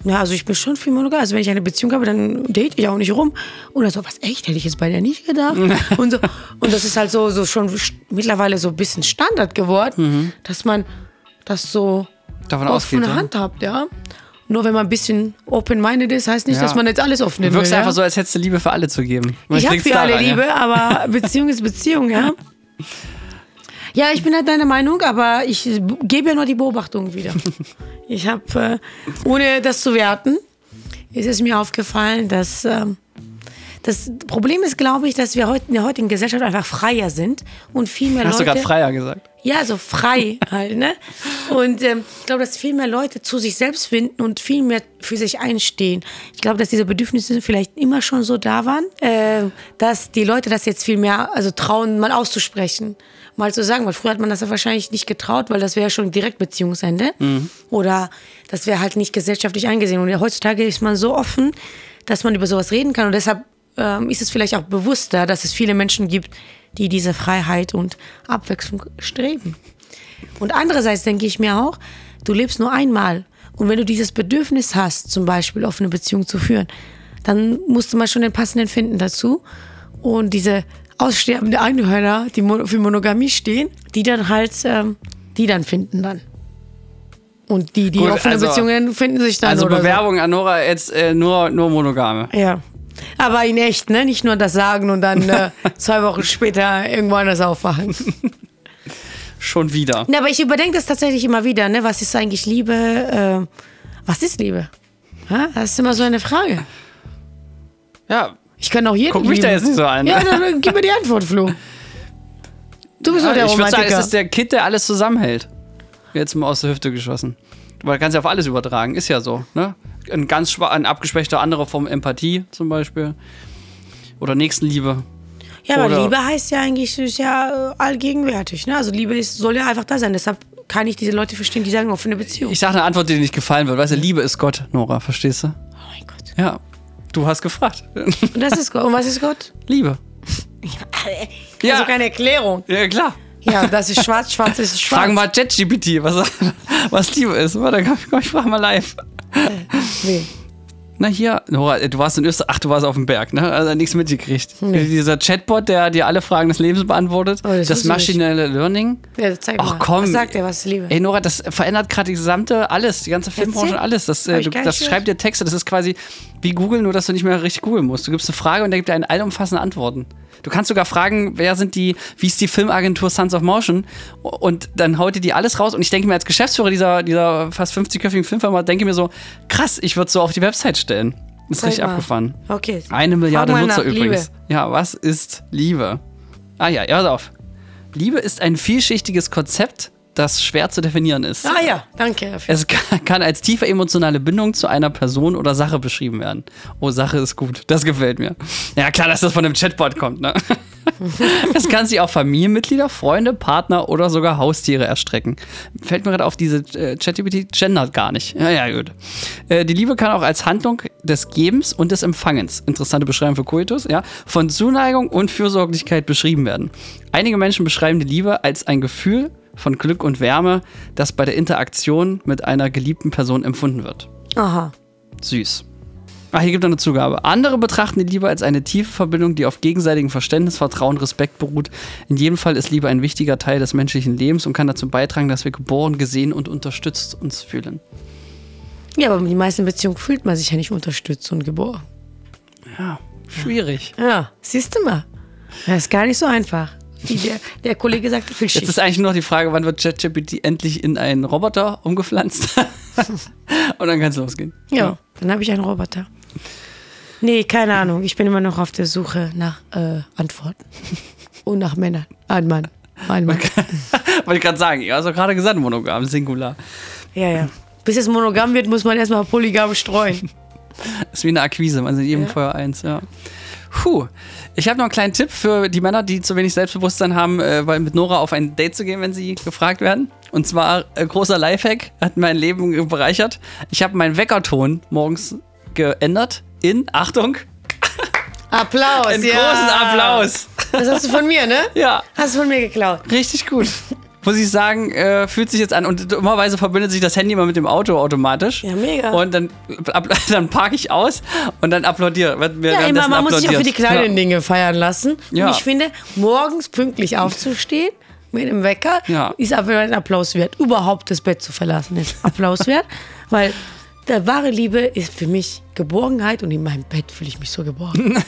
S2: Ja, also ich bin schon viel monogam. Also wenn ich eine Beziehung habe, dann date ich auch nicht rum. Oder so, was echt, hätte ich jetzt bei der nicht
S1: (laughs)
S2: gedacht. und, so, und das ist halt so, so schon st- mittlerweile so ein bisschen Standard geworden, dass man das so
S1: Mhm. Davon ausgeht.
S2: offene
S1: ja.
S2: Hand hat, ja. Nur wenn man ein bisschen open-minded ist, heißt nicht,
S1: Ja.
S2: dass man jetzt alles offen
S1: Du wirkst
S2: will, ja?
S1: einfach so, als hättest du Liebe für alle zu geben.
S2: Ich habe
S1: kling's
S2: für alle
S1: daran, ja. (laughs)
S2: Liebe, aber Beziehung ist Beziehung, ja. Ja, ich bin halt deiner Meinung, aber ich b- gebe ja nur die
S1: (laughs)
S2: Beobachtung wieder. Ich habe, äh, ohne das zu werten, ist es mir aufgefallen, dass ähm, das Problem ist, glaube ich, dass wir heute in der heutigen Gesellschaft einfach freier sind und viel mehr
S1: Hast du
S2: Leute.
S1: gerade Freier gesagt?
S2: Ja, so frei (laughs) halt, ne? Und ähm, ich glaube, dass viel mehr Leute zu sich selbst finden und viel mehr für sich einstehen. Ich glaube, dass diese Bedürfnisse vielleicht immer schon so da waren, ähm, dass die Leute das jetzt viel mehr, also trauen, mal auszusprechen, mal zu sagen, weil früher hat man das ja wahrscheinlich nicht getraut, weil das wäre schon direkt Beziehungsende oder das wäre halt nicht gesellschaftlich angesehen. Und ja, heutzutage ist man so offen, dass man über sowas reden kann und deshalb ähm, ist es vielleicht auch bewusster, dass es viele Menschen gibt, die diese Freiheit und Abwechslung streben. Und andererseits denke ich mir auch, du lebst nur einmal. Und wenn du dieses Bedürfnis hast, zum Beispiel offene Beziehung zu führen, dann musst du mal schon den passenden finden dazu. Und diese aussterbende Einhörner, die mo- für Monogamie stehen, die dann halt, ähm, die dann finden dann. Und die, die
S1: Gut,
S2: offene
S1: also-
S2: Beziehungen finden sich dann.
S1: Also
S2: oder so.
S1: Bewerbung an Nora jetzt äh, nur, nur monogame.
S2: Ja. Aber in echt, ne? Nicht nur das sagen und dann (laughs) äh, zwei Wochen später irgendwo anders aufwachen.
S1: Schon wieder.
S2: Na, aber ich überdenke das tatsächlich immer wieder, ne? Was ist eigentlich Liebe? Äh, was ist Liebe? Ha? Das ist immer so eine Frage.
S1: Ja,
S2: Ich kann auch jeden
S1: Guck mich da
S2: lieben.
S1: jetzt nicht so an.
S2: Ja, dann, dann gib mir die Antwort, Flo. Du bist doch der
S1: ich würde sagen, es
S2: Romantiker.
S1: ist Also der Kit, der alles zusammenhält. Jetzt mal aus der Hüfte geschossen. Man kann es ja auf alles übertragen, ist ja so. Ne? Ein ganz schwa- ein abgespechter anderer Form Empathie zum Beispiel. Oder Nächstenliebe.
S2: ja, aber
S1: oder-
S2: Liebe heißt ja eigentlich, ist ja äh, allgegenwärtig, ne? Also Liebe ist, soll ja einfach da sein. Deshalb kann ich diese Leute verstehen, die sagen, offene Beziehung.
S1: Ich sage eine Antwort, die dir nicht gefallen wird. Weißt du, Liebe ist Gott, Nora, verstehst du?
S2: oh mein Gott.
S1: Ja. Du hast gefragt. (laughs)
S2: Und das ist Gott. Und was ist Gott?
S1: Liebe.
S2: Ja.
S1: Ja.
S2: Also keine Erklärung.
S1: Ja, klar.
S2: Ja, das ist schwarz, schwarz ist schwarz.
S1: Fragen mal ChatGPT, was, (laughs) was Liebe ist. Warte, komm, komm, ich frage mal live.
S2: Nee.
S1: Na hier, Nora, du warst in Österreich, ach, du warst auf dem Berg, ne? Also nichts mitgekriegt. Dieser Chatbot, der dir alle Fragen des Lebens beantwortet,
S2: Oh,
S1: das,
S2: das wusste ich
S1: maschinelle Learning.
S2: Ja, zeig
S1: Ach
S2: mal.
S1: komm.
S2: Was sagt er, was ist Liebe?
S1: Ey, Nora, das verändert gerade die gesamte, alles, die ganze Filmbranche,
S2: Erzähl.
S1: alles. Das,
S2: Hab
S1: äh,
S2: ich
S1: du,
S2: gar nicht
S1: das
S2: gehört.
S1: schreibt dir Texte, das ist quasi wie Google, nur dass du nicht mehr richtig googeln musst. Du gibst eine Frage und der gibt dir eine allumfassende Antworten. Du kannst sogar fragen, wer sind die, wie ist die Filmagentur Sons of Motion? Und dann haut dir die alles raus. Und ich denke mir als Geschäftsführer dieser, dieser fast 50-köpfigen Filmfirma, denke mir so, krass, ich würde so auf die Website stellen. Das ist
S2: Zeig
S1: richtig
S2: mal.
S1: abgefahren.
S2: Okay.
S1: Eine Milliarde
S2: mal
S1: Nutzer
S2: nach Liebe.
S1: übrigens. Ja, was ist Liebe? Ah ja, hör auf. Liebe ist ein vielschichtiges Konzept, das schwer zu definieren ist.
S2: Ah ja, danke dafür.
S1: Es (laughs) ka- kann als tiefe emotionale Bindung zu einer Person oder Sache beschrieben werden. Oh, Sache ist gut. Das gefällt mir. Ja, klar, dass das von einem Chatbot kommt, ne? Es kann sich auf Familienmitglieder, Freunde, Partner oder sogar Haustiere erstrecken. Fällt mir gerade auf, diese äh, ChatGPT gendert gar nicht. Ja, ja, gut. Äh, die Liebe kann auch als Handlung des Gebens und des Empfangens, interessante Beschreibung für Coitus, ja, von Zuneigung und Fürsorglichkeit beschrieben werden. Einige Menschen beschreiben die Liebe als ein Gefühl von Glück und Wärme, das bei der Interaktion mit einer geliebten Person empfunden wird.
S2: Aha.
S1: Süß. Ach, hier gibt er eine Zugabe. Andere betrachten die Liebe als eine tiefe Verbindung, die auf gegenseitigem Verständnis, Vertrauen, Respekt beruht. In jedem Fall ist Liebe ein wichtiger Teil des menschlichen Lebens und kann dazu beitragen, dass wir geboren, gesehen und unterstützt uns fühlen.
S2: Ja, aber in den meisten Beziehungen fühlt man sich ja nicht unterstützt und geboren.
S1: Ja, schwierig.
S2: Ja, siehst du mal. Das ist gar nicht so einfach. Wie der, der Kollege sagte, viel
S1: Jetzt
S2: Schicht.
S1: ist eigentlich nur noch die Frage, wann wird ChatGPT endlich in einen Roboter (laughs) umgepflanzt? und dann kann es (laughs) losgehen.
S2: Ja, dann habe ich einen Roboter. Nee, keine Ahnung. Ich bin immer noch auf der Suche nach äh,
S1: (laughs)
S2: Antworten. Und nach Männern. Ein Mann. Ein Mann.
S1: Wollte ich gerade sagen, ihr hast doch gerade gesagt, monogam, singular.
S2: Ja, ja. Bis es monogam wird, muss man erstmal polygam streuen.
S1: Ist wie eine Akquise, man sind jedem Feuer eins, ja. Puh. Ich habe noch einen kleinen Tipp für die Männer, die zu wenig Selbstbewusstsein haben, äh, weil mit Nora auf ein Date zu gehen, wenn sie gefragt werden. Und zwar äh, großer Lifehack, hat mein Leben bereichert. Ich habe meinen Weckerton morgens geändert in, Achtung,
S2: Applaus,
S1: einen
S2: ja.
S1: großen Applaus.
S2: Das hast du von mir, ne?
S1: (laughs) Ja.
S2: Hast du von mir geklaut.
S1: Richtig
S2: (laughs)
S1: gut. Muss ich sagen, äh, fühlt sich jetzt an. Und dummerweise verbindet sich das Handy immer mit dem Auto automatisch.
S2: Ja, mega.
S1: Und dann, ab, (laughs) dann parke ich aus und dann applaudiere. Wird mir
S2: Ja, immer,
S1: währenddessen
S2: man muss sich auch für die
S1: applaudiert.
S2: kleinen
S1: ja.
S2: Dinge feiern lassen.
S1: Ja.
S2: Und ich finde, morgens pünktlich aufzustehen mit einem Wecker
S1: Ja.
S2: ist einfach ein Applaus wert. Überhaupt das Bett zu verlassen ist
S1: (laughs)
S2: Applaus wert, weil der wahre Liebe ist für mich Geborgenheit und in meinem Bett fühle ich mich so
S1: (laughs)
S2: geborgen.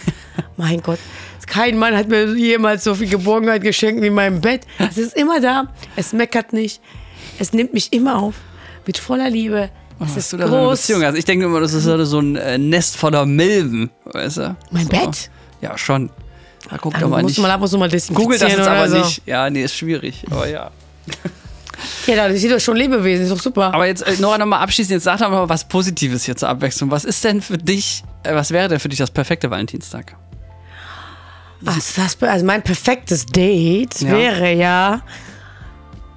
S2: mein Gott, kein Mann hat mir jemals so viel Geborgenheit geschenkt wie in meinem Bett. Es ist immer da, es meckert nicht, es nimmt mich immer auf mit voller Liebe. Es
S1: Dass
S2: ist
S1: du da so eine
S2: groß.
S1: Beziehung hast. Ich denke immer, das ist so ein äh, Nest voller Milben. Weißt du?
S2: Mein
S1: so.
S2: Bett?
S1: Ja, schon. Da guckt
S2: Dann
S1: aber
S2: Ah, muss
S1: nicht.
S2: man ab und zu mal desinfizieren
S1: Googelt das jetzt
S2: oder
S1: aber
S2: so.
S1: nicht. Ja, nee, ist schwierig. Aber ja.
S2: Ja, das sind doch schon Lebewesen, ist doch super.
S1: Aber jetzt, äh, Nora, nochmal abschließend. Jetzt sag doch mal was Positives hier zur Abwechslung. Was ist denn für dich, äh, was wäre denn für dich das perfekte Valentinstag?
S2: Was ist das? Also mein perfektes Date
S1: Ja.
S2: wäre ja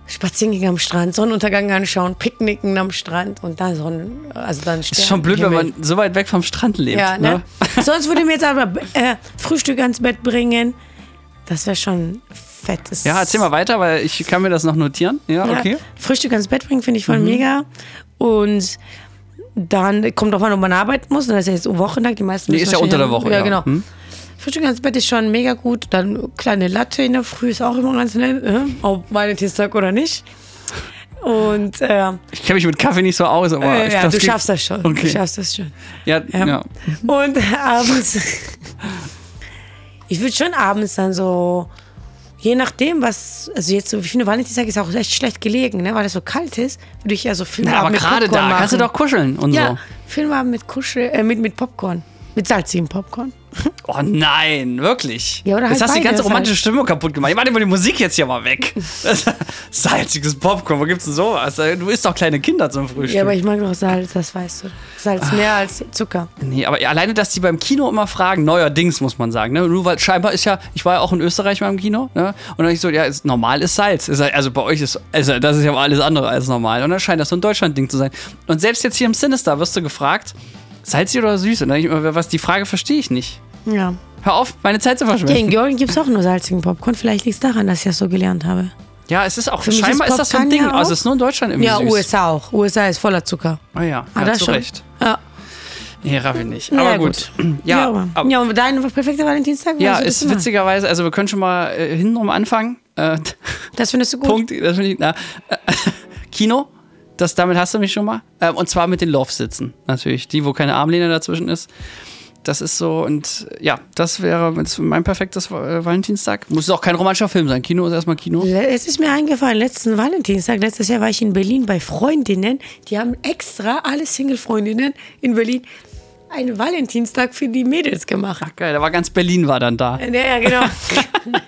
S2: Spaziergang am Strand, Sonnenuntergang anschauen, Picknicken am Strand und da Sonnen, also dann
S1: Ist schon blöd, wenn man so weit weg vom Strand lebt.
S2: ja, ne?
S1: ne?
S2: (laughs) Sonst würde mir jetzt aber äh, Frühstück ans Bett bringen. Das wäre schon fett. Das
S1: Ja, erzähl mal weiter, weil ich kann mir das noch notieren. Ja,
S2: Ja,
S1: okay. Mhm.
S2: Frühstück ans Bett bringen finde ich voll mega. Und dann kommt drauf an, ob man arbeiten muss. Dann ist ja jetzt Wochentag. Die meisten
S1: Nee,
S2: müssen
S1: ist ja unter der
S2: wahrscheinlich-
S1: Woche, ja.
S2: Ja, genau.
S1: Hm?
S2: Frühstück ans Bett ist schon mega gut. Dann kleine Latte in der Früh ist auch immer ganz nett. äh, Ob Valentinstag oder nicht. Und äh,
S1: Ich kenne mich mit Kaffee nicht so aus, aber
S2: äh,
S1: ich
S2: ja,
S1: glaub,
S2: du
S1: es geht-
S2: schaffst das schon.
S1: Okay.
S2: Du schaffst das schon.
S1: Ja, ja.
S2: Ja. Und abends. Ich würde schon abends dann so, je nachdem, was, also jetzt so, ich finde, Valentinstag ist auch echt schlecht gelegen, ne, weil es so kalt ist, würde ich ja so Filmabend
S1: Na, aber
S2: mit
S1: gerade
S2: Popcorn
S1: da
S2: machen.
S1: kannst du doch kuscheln und
S2: Ja, Filmabend mit Kuschel, äh, mit, mit Popcorn. Mit salzigem Popcorn.
S1: so. Oh nein, wirklich.
S2: Ja, oder
S1: jetzt
S2: halt
S1: hast du die ganze
S2: beides
S1: romantische
S2: halt.
S1: Stimmung kaputt gemacht. Ich mach dir mal die Musik jetzt hier mal
S2: (laughs)
S1: weg. Salziges Popcorn, wo gibt's denn sowas? Äh, Du isst doch kleine Kinder zum Frühstück.
S2: Ja, aber ich mag doch Salz, das weißt du. Salz
S1: Ah.
S2: mehr als Zucker.
S1: Nee, aber alleine, dass die beim Kino immer fragen, neuerdings muss man sagen, ne? Nur weil scheinbar ist ja, ich war ja auch in Österreich mal im Kino, ne? Und dann hab ich so, ja, ist, normal ist Salz. Ist, halt- also bei euch ist, also das ist ja alles andere als normal. Und dann scheint das so ein Deutschland-Ding zu sein. Und selbst jetzt hier im Sinister wirst du gefragt, salzig oder süß? Und dann denk ich immer, was, die Frage verstehe ich nicht.
S2: Ja.
S1: Hör auf, meine Zeit zu
S2: ja
S1: verschwenden.
S2: in Georgien gibt es auch nur salzigen Popcorn. Vielleicht liegt es daran, dass ich das so gelernt habe.
S1: Ja, es ist auch,
S2: mich ist
S1: scheinbar ist das so ein
S2: Popcorn
S1: Ding.
S2: ja auch-
S1: also es ist nur in Deutschland irgendwie
S2: Ja,
S1: süß.
S2: USA auch. USA ist voller Zucker.
S1: Oh ja,
S2: Ah,
S1: ja
S2: das
S1: zu
S2: schon.
S1: Recht.
S2: Ja.
S1: Nee, Raffi nicht.
S2: Na
S1: Aber
S2: ja,
S1: gut.
S2: Ja,
S1: (clears throat) Ja,
S2: aber,
S1: aber,
S2: ja, und dein perfekter Valentinstag?
S1: ja,
S2: was würdest
S1: ist
S2: du machen?
S1: witzigerweise, also wir können schon mal äh, hintenrum anfangen. Äh, (laughs)
S2: Das findest du gut?
S1: Punkt, das finde ich, na, äh, (laughs) Kino, das, damit hast du mich schon mal. Ähm, und zwar mit den Love-Sitzen, natürlich. Die, wo keine Armlehne dazwischen ist. Das ist so, und äh, ja, das wäre jetzt mein perfektes äh, Valentinstag. Muss auch kein romantischer Film sein. Kino ist erstmal Kino.
S2: Le- Äh, Es ist mir eingefallen, letzten Valentinstag, letztes Jahr war ich in Berlin bei Freundinnen. Die haben extra, alle Single-Freundinnen in Berlin, einen Valentinstag für die Mädels gemacht.
S1: Geil, da war ganz Berlin war dann da.
S2: Ja, ja (laughs) genau.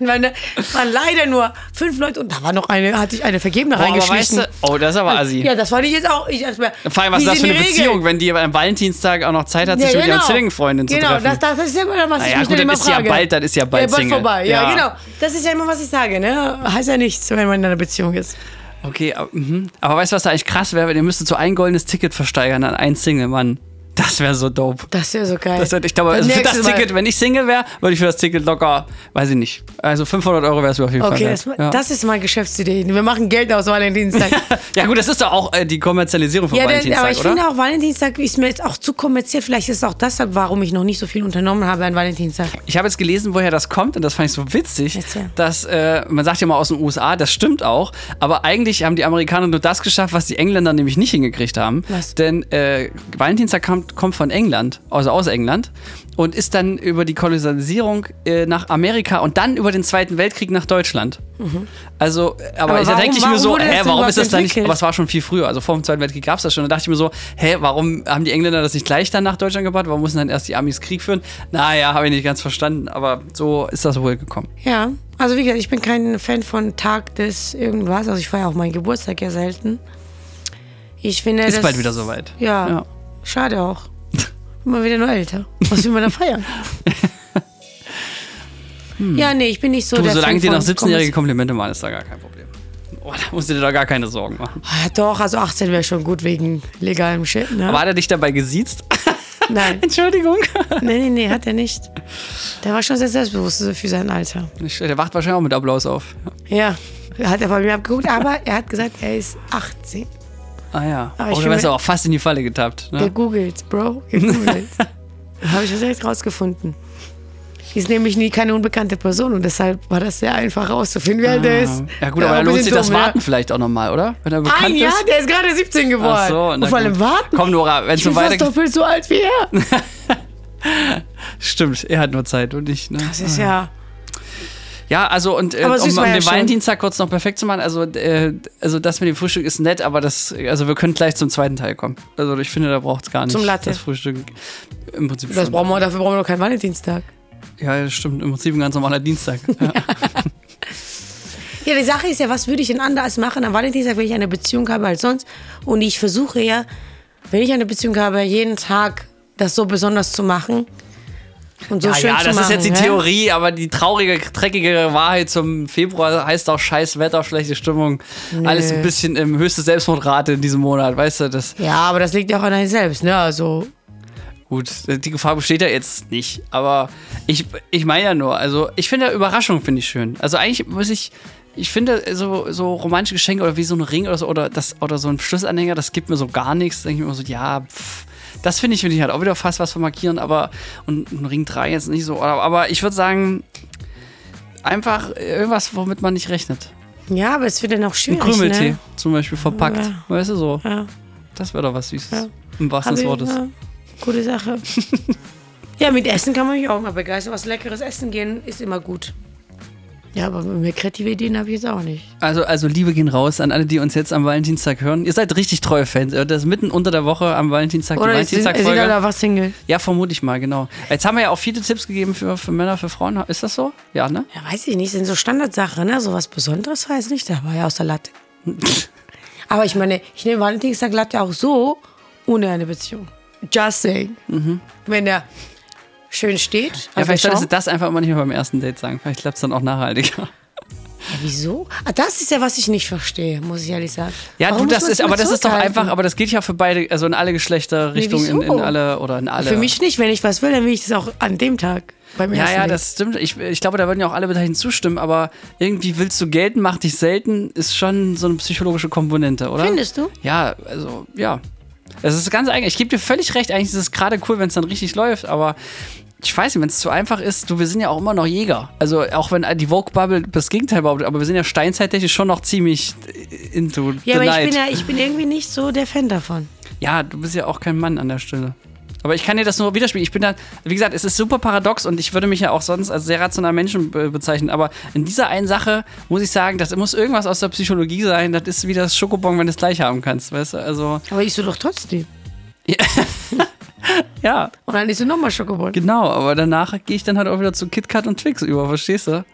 S2: Waren waren leider nur fünf Leute und da war noch eine, hatte ich eine Vergebene
S1: Boah, aber
S2: reingeschlichen.
S1: weißt du- oh, das ist aber assi.
S2: Ja, das fand ich jetzt auch. Ich, dachte mir,
S1: Vor allem, was
S2: wie
S1: ist das für
S2: sind
S1: eine
S2: die Regeln?
S1: Beziehung, wenn die am Valentinstag auch noch Zeit hat, sich mit ihrer Zwillingsfreundin zu
S2: genau,
S1: treffen?
S2: Genau, das, das ist ja immer, was
S1: Naja,
S2: ich mich
S1: gut,
S2: dann
S1: dann
S2: immer
S1: ist ja
S2: frage.
S1: bald- dann ist ja bald Single.
S2: vorbei, ja,
S1: Ja.
S2: genau. Das ist ja immer, was ich sage, ne? Heißt ja nichts, wenn man in einer Beziehung ist.
S1: Okay, aber, mhm. aber weißt du, was da eigentlich krass wäre? Ihr müsstet so ein goldenes Ticket versteigern an einen Single-Mann. Das wäre so dope.
S2: Das ist ja so geil.
S1: Das wird, ich glaube, also für das
S2: nächstes Mal.
S1: Ticket, wenn ich Single wäre, würde ich für das Ticket locker, weiß ich nicht, also 500 Euro wäre es mir auf jeden
S2: Okay, das,
S1: Fall. wert. ja.
S2: das ist mal Geschäftsidee. Wir machen Geld aus Valentinstag.
S1: (laughs) ja gut, das ist doch auch äh, die Kommerzialisierung von
S2: ja, denn,
S1: Valentinstag,
S2: aber ich
S1: oder?
S2: finde auch, Valentinstag ist mir jetzt auch zu kommerziell. Vielleicht ist es auch deshalb, warum ich noch nicht so viel unternommen habe an Valentinstag.
S1: ich habe jetzt gelesen, woher das kommt und das fand ich so witzig,
S2: Erzähl.
S1: dass äh, man sagt ja mal aus den USA, das stimmt auch, aber eigentlich haben die Amerikaner nur das geschafft, was die Engländer nämlich nicht hingekriegt haben.
S2: Was?
S1: Denn äh, Valentinstag kommt, kommt von England, also aus England und ist dann über die Kolonisierung äh, nach Amerika und dann über den Zweiten Weltkrieg nach Deutschland.
S2: Mhm.
S1: Also, äh, aber,
S2: Aber
S1: da denke
S2: warum-
S1: ich mir so,
S2: warum
S1: hä,
S2: wurde das denn
S1: warum
S2: überhaupt
S1: ist das da nicht,
S2: entwickelt?
S1: aber es war schon viel früher, also vor dem Zweiten Weltkrieg gab es das schon, da dachte ich mir so, hä, warum haben die Engländer das nicht gleich dann nach Deutschland gebracht, warum mussten dann erst die Amis Krieg führen? Naja, habe ich nicht ganz verstanden, aber so ist das wohl gekommen.
S2: Ja, also wie gesagt, ich bin kein Fan von Tag des irgendwas. Also ich feiere auch meinen Geburtstag ja selten. Ich finde
S1: Ist
S2: das,
S1: bald wieder soweit.
S2: Ja,
S1: Ja. (laughs)
S2: schade auch. Immer wieder nur älter. Was will man da feiern? Ja, nee, ich bin nicht so
S1: Hm. Du,
S2: der
S1: solange
S2: Fan
S1: dir noch
S2: von
S1: 17-jährige Komplimente machen, ist da gar kein Problem. Oh, da musst du dir da gar keine Sorgen machen.
S2: Pommes. Ah, doch, also 18 wäre schon gut wegen legalem Shit, ne?
S1: Aber hat er dich dabei gesiezt?
S2: (laughs) Nein,
S1: (laughs) Entschuldigung.
S2: nee, nee, nee, hat er nicht. Der war schon sehr selbstbewusst für sein Alter.
S1: Nicht schlecht, Der wacht wahrscheinlich auch mit Applaus auf.
S2: Ja, hat er bei mir abgeguckt, aber er hat gesagt, er ist 18.
S1: Ah ja.
S2: Aber ich
S1: Oder
S2: bin
S1: wärst du
S2: mir-
S1: auch fast in die Falle getappt. Ne?
S2: Gegoogelt, Bro,
S1: (laughs)
S2: gegoogelt. Habe ich das echt rausgefunden. Die ist nämlich nie keine unbekannte Person und deshalb war das sehr einfach rauszufinden, wie alt er ist.
S1: Ah. Ja gut,
S2: War
S1: aber
S2: auch
S1: da
S2: ein
S1: lohnt
S2: bisschen
S1: sich das
S2: dumm, ne? Ah, ja.
S1: Warten vielleicht auch nochmal, oder? Wenn er bekannt
S2: Ein Jahr,
S1: ist.
S2: der ist gerade 17 geworden.
S1: Ach so,
S2: und
S1: na
S2: vor allem
S1: gut.
S2: warten.
S1: Komm, Nora, wenn
S2: Ich bin
S1: es
S2: fast
S1: weiter.
S2: doppelt so alt wie er.
S1: Stimmt, er hat nur Zeit und ich. Ne?
S2: Das ist ja.
S1: Ja, also und äh, um,
S2: Aber süß
S1: um
S2: war ja
S1: den
S2: schon.
S1: Valentinstag kurz noch perfekt zu machen, also, äh, also das mit dem Frühstück ist nett, aber das, also wir können gleich zum zweiten Teil kommen. Also ich finde, da braucht es gar nicht
S2: Zum Latte.
S1: das Frühstück. Im Prinzip
S2: Das
S1: schon.
S2: brauchen wir, dafür brauchen wir doch keinen Valentinstag.
S1: Ja, das stimmt. Im Prinzip ein ganz normaler Dienstag.
S2: (laughs)
S1: Ja.
S2: Ja, die Sache ist ja, was würde ich denn anders machen am Valentinstag, wenn ich eine Beziehung habe als sonst? Und ich versuche ja, wenn ich eine Beziehung habe, jeden Tag das so besonders zu machen. Und so
S1: Ah
S2: schön
S1: ja,
S2: zu
S1: das
S2: machen.
S1: ist jetzt die
S2: hä?
S1: Theorie, aber die traurige, dreckige Wahrheit zum Februar heißt auch scheiß Wetter, schlechte Stimmung. Alles ein bisschen ähm, höchste Selbstmordrate in diesem Monat, weißt du? Das,
S2: Ja, aber das liegt ja auch an einem selbst, ne? Also,
S1: gut, die Gefahr besteht ja jetzt nicht, aber ich, ich meine ja nur, also ich finde ja Überraschung finde ich schön. Also eigentlich muss ich, ich finde so, so romantische Geschenke oder wie so ein Ring oder so oder, das, oder so ein Schlüsselanhänger, das gibt mir so gar nichts. Da denke ich mir immer so, ja, pff, das finde ich, finde ich halt auch wieder fast was von markieren, aber und ein Ring 3 jetzt nicht so, aber, aber ich würde sagen, einfach irgendwas, womit man nicht rechnet.
S2: ja, aber es wird dann auch
S1: Ein
S2: schwierig.
S1: Krümeltee
S2: Ne?
S1: zum Beispiel verpackt,
S2: Ja.
S1: weißt du so,
S2: Ja,
S1: das wäre doch was Süßes.
S2: Ja.
S1: Im wahrsten
S2: hab
S1: des
S2: ich-
S1: Wortes.
S2: ja,
S1: (laughs)
S2: gute Sache. ja, mit Essen kann man mich auch mal begeistern. Was leckeres Essen gehen ist immer gut. Ja, aber mehr kreative Ideen habe ich jetzt auch nicht.
S1: Also, also Liebe gehen raus an alle, die uns jetzt am Valentinstag hören. Ihr seid richtig treue Fans. Ihr hört Das mitten unter der Woche am Valentinstag, die
S2: Oder es sind, es sind alle
S1: Valentinstag-Folge.
S2: einfach Single.
S1: Ja, vermute ich mal, genau. Jetzt haben wir ja auch viele Tipps gegeben für, für Männer, für Frauen. Ist das so? Ja, ne?
S2: Ja, weiß ich nicht, sind so Standardsachen, ne? So was Besonderes war jetzt nicht dabei, außer Latte.
S1: (laughs)
S2: Aber ich meine, ich nehme Valentinstag Latte auch so, ohne eine Beziehung. Just saying. Wenn der schön steht,
S1: Mhm. Ja,
S2: also der
S1: vielleicht solltest du
S2: Schaum,
S1: das einfach immer nicht mehr beim ersten Date sagen. Vielleicht klappt es dann auch
S2: (laughs)
S1: nachhaltiger.
S2: ja, wieso? Ah, das ist ja, was ich nicht verstehe, muss ich ehrlich sagen.
S1: Ja,
S2: Warum
S1: du,
S2: muss
S1: das
S2: man
S1: ist,
S2: immer
S1: aber das ist doch
S2: zurückhalten?
S1: einfach, aber das geht ja für beide, also in alle Geschlechterrichtungen, in, in
S2: wieso?
S1: alle oder in alle.
S2: Für mich nicht, wenn ich was will, dann will ich das auch an dem Tag. Beim
S1: Ja,
S2: ersten
S1: ja,
S2: Date.
S1: das stimmt. Ich, ich glaube, da würden ja auch alle Beteiligten zustimmen, aber irgendwie willst du gelten, macht dich selten, ist schon so eine psychologische Komponente, oder?
S2: Findest du?
S1: Ja, also, ja. Es ist ganz eigen. Ich gebe dir völlig recht, eigentlich ist es gerade cool, wenn es dann richtig läuft, aber ich weiß nicht, wenn es zu einfach ist, du, wir sind ja auch immer noch Jäger. Also, auch wenn die Vogue-Bubble das Gegenteil behauptet, aber wir sind ja steinzeittechnisch schon noch ziemlich äh, into the
S2: Ja, aber ich
S1: night.
S2: bin, ja, ich bin irgendwie nicht so der Fan davon.
S1: Ja, du bist ja auch kein Mann an der Stelle. Aber ich kann dir das nur widerspiegeln. Ich bin da, wie gesagt, es ist super paradox und ich würde mich ja auch sonst als sehr rational Menschen be bezeichnen. Aber in dieser einen Sache muss ich sagen, das muss irgendwas aus der Psychologie sein. Das ist wie das Schokobon, wenn du es gleich haben kannst, weißt du? Also,
S2: Aber ich so doch trotzdem.
S1: ja,
S2: Und dann ist du nochmal Schokobon.
S1: genau. Aber danach gehe ich dann halt auch wieder zu KitKat und Twix über, verstehst du?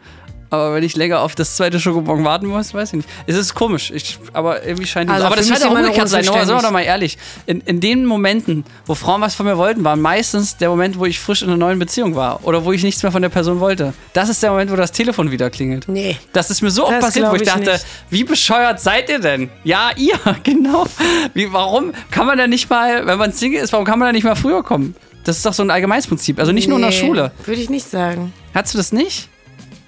S1: Aber wenn ich länger auf das zweite Schokobon warten muss, weiß ich nicht. Es ist komisch, ich, aber irgendwie scheint
S2: Also
S1: Aber
S2: für
S1: das
S2: mich
S1: scheint auch
S2: sind meine
S1: umgekehrt zu sein. Aber
S2: Unverständnis.
S1: sind wir doch mal ehrlich. In, in den Momenten, wo Frauen was von mir wollten, war meistens der Moment, wo ich frisch in einer neuen Beziehung war oder wo ich nichts mehr von der Person wollte. Das ist der Moment, wo das Telefon wieder klingelt.
S2: Nee.
S1: Das ist mir so oft
S2: Das
S1: passiert, wo
S2: glaub
S1: ich
S2: ich
S1: dachte,
S2: nicht.
S1: wie bescheuert seid ihr denn? Ja, ihr, (laughs) genau. Wie, warum kann man da nicht mal, wenn man Single ist, warum kann man da nicht mal früher kommen? Das ist doch so ein allgemeines Prinzip. Also nicht nur in der
S2: Nee,
S1: Schule.
S2: Würde ich nicht sagen.
S1: Hattest du das nicht?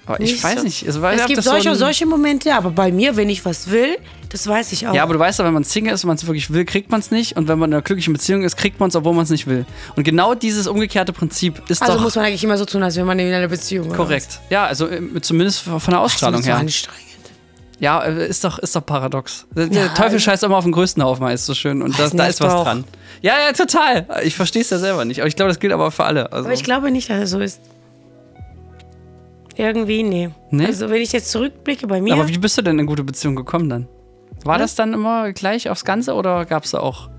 S1: Aber ich
S2: Nicht
S1: weiß
S2: so.
S1: nicht. Also, weil ich
S2: es
S1: hab
S2: gibt
S1: das so
S2: solche
S1: ein-
S2: und solche Momente, aber bei mir, wenn ich was will, das weiß ich auch.
S1: Ja, aber du weißt ja, wenn man Single ist und man es wirklich will, kriegt man es nicht. Und wenn man in einer glücklichen Beziehung ist, kriegt man es, obwohl man es nicht will. Und genau dieses umgekehrte Prinzip ist
S2: also
S1: doch
S2: muss man eigentlich immer so tun, als wäre man in einer Beziehung. oder
S1: korrekt. Ja, also ähm, zumindest von von der
S2: was? Das
S1: Ausstrahlung
S2: ist so
S1: her.
S2: anstrengend.
S1: Ja, äh, ist doch, ist doch paradox. Der der
S2: Ja,
S1: Teufel
S2: also-
S1: scheißt immer auf den größten Haufen, heißt so schön. Und das,
S2: Weiß
S1: da
S2: nicht,
S1: ist was
S2: doch.
S1: dran. Ja, ja, total. Ich verstehe es ja selber nicht. Aber ich glaube, das gilt aber für alle. Also,
S2: Aber ich glaube nicht, dass es so ist. Irgendwie, nee.
S1: Nee?
S2: Also wenn ich jetzt zurückblicke bei mir,
S1: aber wie bist du denn in eine gute Beziehung gekommen dann? War das dann immer gleich aufs Ganze oder gab es da auch,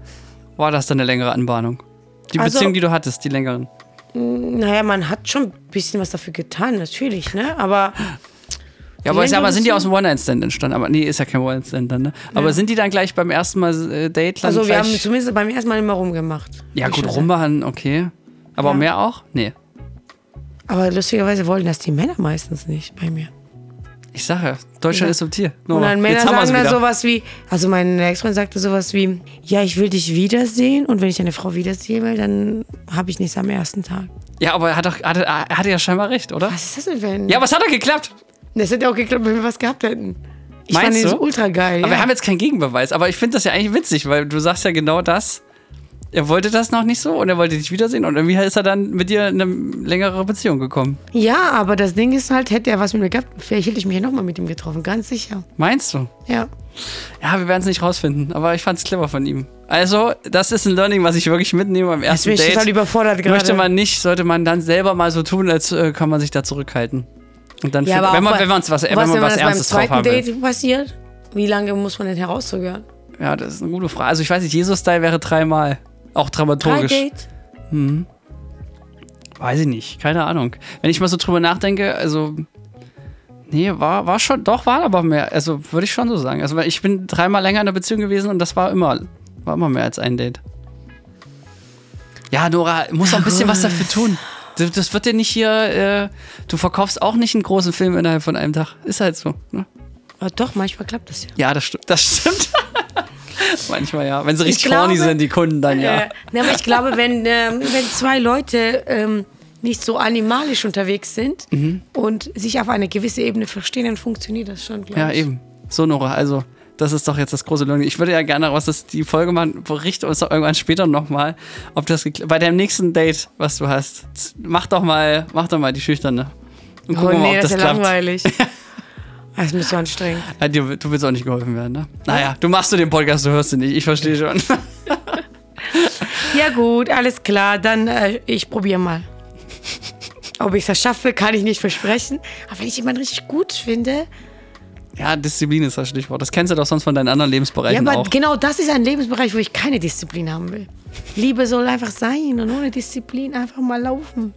S1: war das dann eine längere Anbahnung? Die
S2: Also-
S1: Beziehung, die du hattest, die längeren.
S2: naja, man hat schon ein bisschen was dafür getan, natürlich, ne? Aber
S1: Ja, aber,
S2: Wenn
S1: ich sag
S2: du
S1: mal,
S2: das
S1: sind die
S2: so-
S1: aus dem One-Night-Stand entstanden? Aber nee, ist ja kein One-Night-Stand dann, ne? Aber sind die dann gleich beim ersten Mal äh, Date?
S2: also wir
S1: gleich-
S2: haben zumindest beim ersten Mal immer rumgemacht.
S1: ja,
S2: Ich
S1: gut,
S2: würde
S1: rummachen, okay. Aber
S2: Ja.
S1: mehr auch? Nee.
S2: sagen. Aber lustigerweise wollen das die Männer meistens nicht bei mir.
S1: Ich sage ja, Deutschland
S2: Ja.
S1: ist subtil.
S2: Und
S1: Nora,
S2: dann
S1: Oh,
S2: Männer
S1: jetzt haben
S2: sagen
S1: wir's
S2: dann
S1: wieder.
S2: sowas wie, also mein Ex-Freund sagte sowas wie, ja, ich will dich wiedersehen und wenn ich deine Frau wiedersehen will, dann habe ich nichts am ersten Tag.
S1: Ja, aber er hat, doch, er hatte- er hatte ja scheinbar recht, oder?
S2: Was ist das denn für ein...
S1: Ja, aber es hat doch geklappt.
S2: Das hätte auch geklappt, wenn wir was gehabt hätten. Ich
S1: Meinst
S2: fand
S1: du?
S2: das ultra geil.
S1: Aber
S2: ja.
S1: wir haben jetzt keinen Gegenbeweis. Aber ich finde das ja eigentlich witzig, weil du sagst ja genau das. Er wollte das noch nicht so und er wollte dich wiedersehen und irgendwie ist er dann mit dir in eine längere Beziehung gekommen.
S2: ja, aber das Ding ist halt, hätte er was mit mir gehabt, vielleicht hätte ich mich ja nochmal mit ihm getroffen, ganz sicher.
S1: Meinst du?
S2: Ja.
S1: Ja, wir werden es nicht rausfinden, aber ich fand es clever von ihm. Also, das ist ein Learning, was ich wirklich mitnehme beim
S2: Jetzt
S1: ersten
S2: bin ich
S1: Date.
S2: total überfordert gerade.
S1: Möchte man nicht, sollte man dann selber mal so tun, als äh, kann man sich da zurückhalten. Und dann,
S2: ja,
S1: find-
S2: aber
S1: wenn,
S2: auch
S1: man,
S2: bei-
S1: wenn, man's was, wenn
S2: was,
S1: man was
S2: das
S1: Ernstes
S2: beim
S1: drauf
S2: zweiten
S1: haben will.
S2: Date passiert? Wie lange muss man denn herauszögern?
S1: Ja, das ist eine gute Frage. Also ich weiß nicht, Jesus-Style wäre dreimal. Auch
S2: Drei
S1: dramaturgisch.
S2: Date?
S1: Weiß ich nicht, keine Ahnung. Wenn ich mal so drüber nachdenke, also. Nee, war, war schon, doch, war aber mehr. Also würde ich schon so sagen. Also weil ich bin dreimal länger in einer Beziehung gewesen und das war immer, war immer mehr als ein Date. Ja, Nora, muss auch ein bisschen was dafür tun. Das, das wird dir nicht hier, äh, du verkaufst auch nicht einen großen Film innerhalb von einem Tag. Ist halt so. Ne?
S2: Aber Oh, doch, manchmal klappt das ja.
S1: Ja, das stimmt. Das stimmt. (laughs) Manchmal ja. Wenn sie richtig
S2: glaube-
S1: horny sind, die Kunden dann ja.
S2: Äh, na, aber ich glaube, wenn, ähm, wenn zwei Leute ähm, nicht so animalisch unterwegs sind
S1: Mhm.
S2: und sich auf eine gewisse Ebene verstehen, dann funktioniert das schon, glaube
S1: Ja,
S2: ich.
S1: eben. So, Nora, also, das ist doch jetzt das große Learning. Ich würde ja gerne, was das die Folge machen, berichte uns doch irgendwann später nochmal, ob das gekla- bei deinem nächsten Date, was du hast, z- mach doch mal, mach doch mal die Schüchterne. Und
S2: Oh
S1: gucken wir mal,
S2: nee,
S1: ob das,
S2: das ist ja
S1: klappt. (laughs)
S2: langweilig. Das ist mir so anstrengend.
S1: Ja, dir, du willst auch nicht geholfen werden, ne? Naja, du machst du den Podcast, du hörst ihn nicht. Ich verstehe schon. (laughs)
S2: Ja gut, alles klar, dann äh, ich probiere mal. Ob ich das schaffe, kann ich nicht versprechen. Aber wenn ich jemanden richtig gut finde,
S1: Ja, Disziplin ist das Stichwort. Das kennst du doch sonst von deinen anderen
S2: ja,
S1: Lebensbereichen
S2: aber
S1: auch.
S2: genau das ist ein Lebensbereich, wo ich keine Disziplin haben will. Liebe soll einfach sein und ohne Disziplin einfach mal laufen.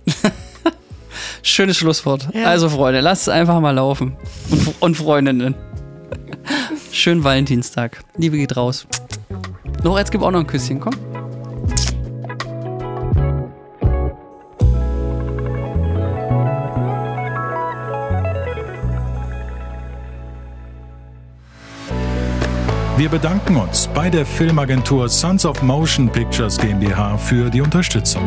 S1: Schönes Schlusswort.
S2: Ja.
S1: Also, Freunde, lasst es einfach mal laufen. Und, und Freundinnen. Schönen Valentinstag. Liebe geht raus. Noch, jetzt gib auch noch ein Küsschen, komm.
S3: Wir bedanken uns bei der Filmagentur Sons of Motion Pictures GmbH für die Unterstützung.